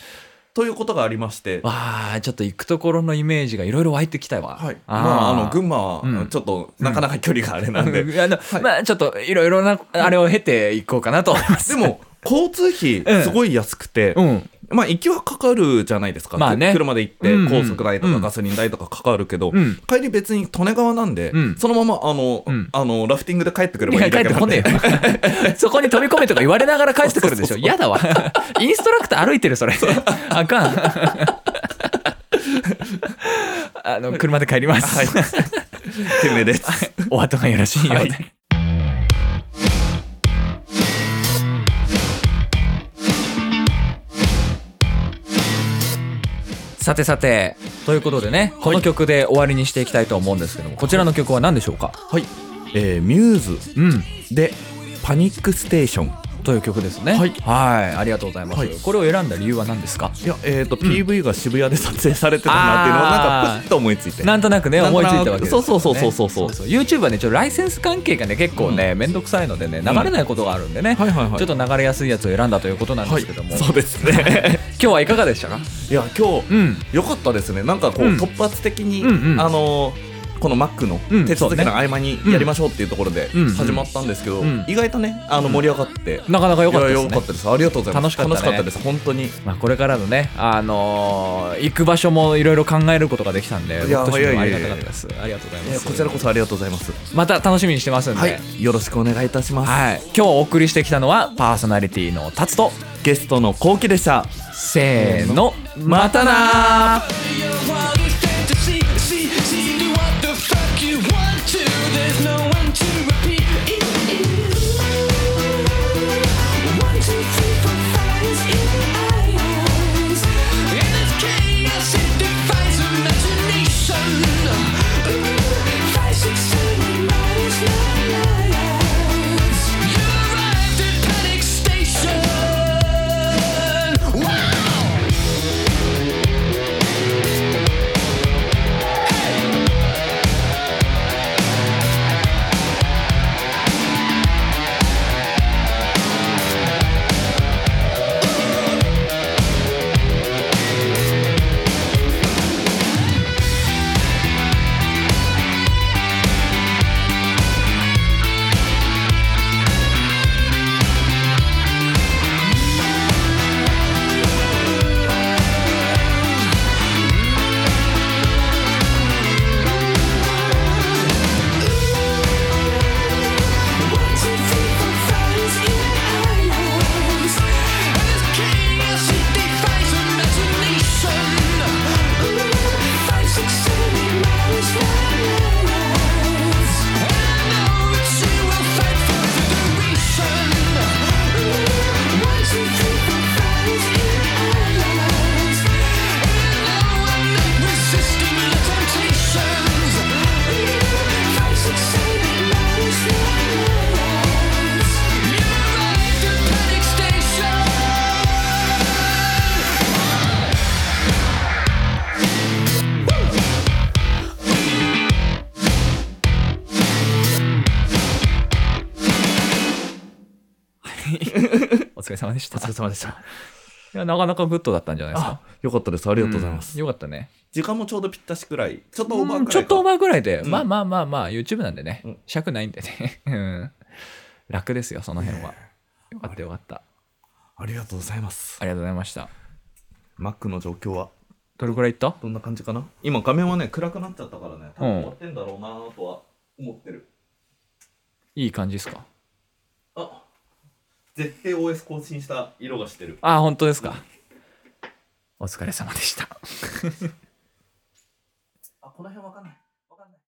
S2: ということがありまして、
S1: わあ、ちょっと行くところのイメージがいろいろ湧いてきたわ。
S2: は
S1: ー
S2: い、まあ、あの群馬
S1: う
S2: は
S1: ん
S2: ちょっとなかなか距離があれな んで、
S1: うんあの、まあ、ちょっといろいろな、あれを経ていこうかなと思います。
S2: でも交通
S1: うん
S2: 費すごい安くて、
S1: うん。
S2: まあ行きはかかるじゃないですか、
S1: まあね
S2: 車で行って
S1: うんうん
S2: 高速代と
S1: う
S2: か
S1: ん
S2: ガソリン代とかかかるけど、
S1: うん
S2: 帰り別に利根川なんで、
S1: うん
S2: そのままあの、
S1: うん
S2: あのラフティングで帰ってくれ
S1: い
S2: ばい
S1: や
S2: い
S1: 帰
S2: だ
S1: って
S2: けな
S1: こ
S2: ん
S1: ね
S2: で。
S1: え よ。そこに飛び込めとか言われながら帰ってくるでしょ。嫌だわ。インストラクター歩いてる、それ。あか ん。あの、車で帰ります。
S2: はい、てめえです。
S1: お後がよろしいよう
S2: はい
S1: で。さてさて、ということでね、この曲で終わりにしていきたいと思うんですけども、こちらの曲は何でしょうか
S2: はい、えー、ミュー
S1: うん。
S2: ズでパニックステーション。
S1: という曲ですね。はいいありがとうございます。
S2: はい
S1: これを選んだ理由は何ですか
S2: いや、えっ、と、PV が渋谷で撮影されてたなっていうのをなんかプッと思いついて。
S1: なんとなくね
S2: なん
S1: 思
S2: と
S1: いつ
S2: ないく
S1: たわけですよね
S2: そうそうそうそうそう
S1: YouTube はねちょっとライセンス関係がね結構ね面倒、くさいのでね流れないことがあるんでね、
S2: はいはいはい
S1: ちょっと流れやすいやつを選んだということなんで
S2: はい
S1: すけども、、
S2: そうですね。
S1: 今日はいかがでしたか
S2: いや今
S1: う
S2: 日、
S1: ん
S2: 良かったですねなんかこう、
S1: うん
S2: 突発的に、
S1: うんうん
S2: あのーこのマックの
S1: うん
S2: 手続き
S1: そうね
S2: の合間にやりましょうっていうところで
S1: うん
S2: 始まったんですけど、
S1: うん
S2: 意外とねあの盛り上がって、
S1: なかなか良かった
S2: い
S1: で
S2: や
S1: す
S2: 良
S1: ね
S2: かったですありがとうございます
S1: 楽しかったね
S2: です本当に
S1: まあ、これからのね、あのー行く場所もいろいろ考えることができたんで
S2: いや
S1: 僕としてもあ
S2: い
S1: り
S2: や
S1: が
S2: い
S1: たか
S2: やいや
S1: ったですありがとうござい
S2: い
S1: ま
S2: や
S1: す
S2: こちらこそありがとうございます
S1: また楽しみにしてますんで、
S2: は
S1: はい
S2: いよろしくお願いいたします、
S1: 今日お送りしてきたのはパーソナリティのタツと
S2: ゲストのこうきでした
S1: せーのまたなー
S3: Your heart is dead to see, see, see. Do what the fuck you want to. There's no one to repeat. It, it. One, two, three, four, five is in my eyes. In this chaos, it defies imagination. Ooh, five, six, seven, nine is my eyes. You arrived at panic station. Wow.
S1: れ様でした。
S2: お疲れ様でした。
S1: いや、なかなかグッドだったんじゃないですか。
S2: あ、よかったです。ありがとうございます。
S1: んよかったね。
S2: 時間もちょうどぴったしくらい。ちょっとオーバーくらいか。
S1: ちょっとオーバーぐらいで、
S2: うん
S1: まあまあまあまあ、YouTube なんでね、
S2: うん
S1: 尺ないんでね。 うん楽ですよ、その辺は。よかったよかった。
S2: ありがとうございます
S1: あ。りがとうございました。
S2: マックの状況は
S1: どれくらいいった
S2: どんな感じかな今画面はね、暗くなっちゃったからね、多分
S1: うん
S2: 終わってんだろうなとは思ってる。
S1: いい感じですか
S2: あ絶対 OS 更新した色がしてる。
S1: あ、本当ですか。お疲れ様でした。
S2: あ、この辺わかんない。わかんない。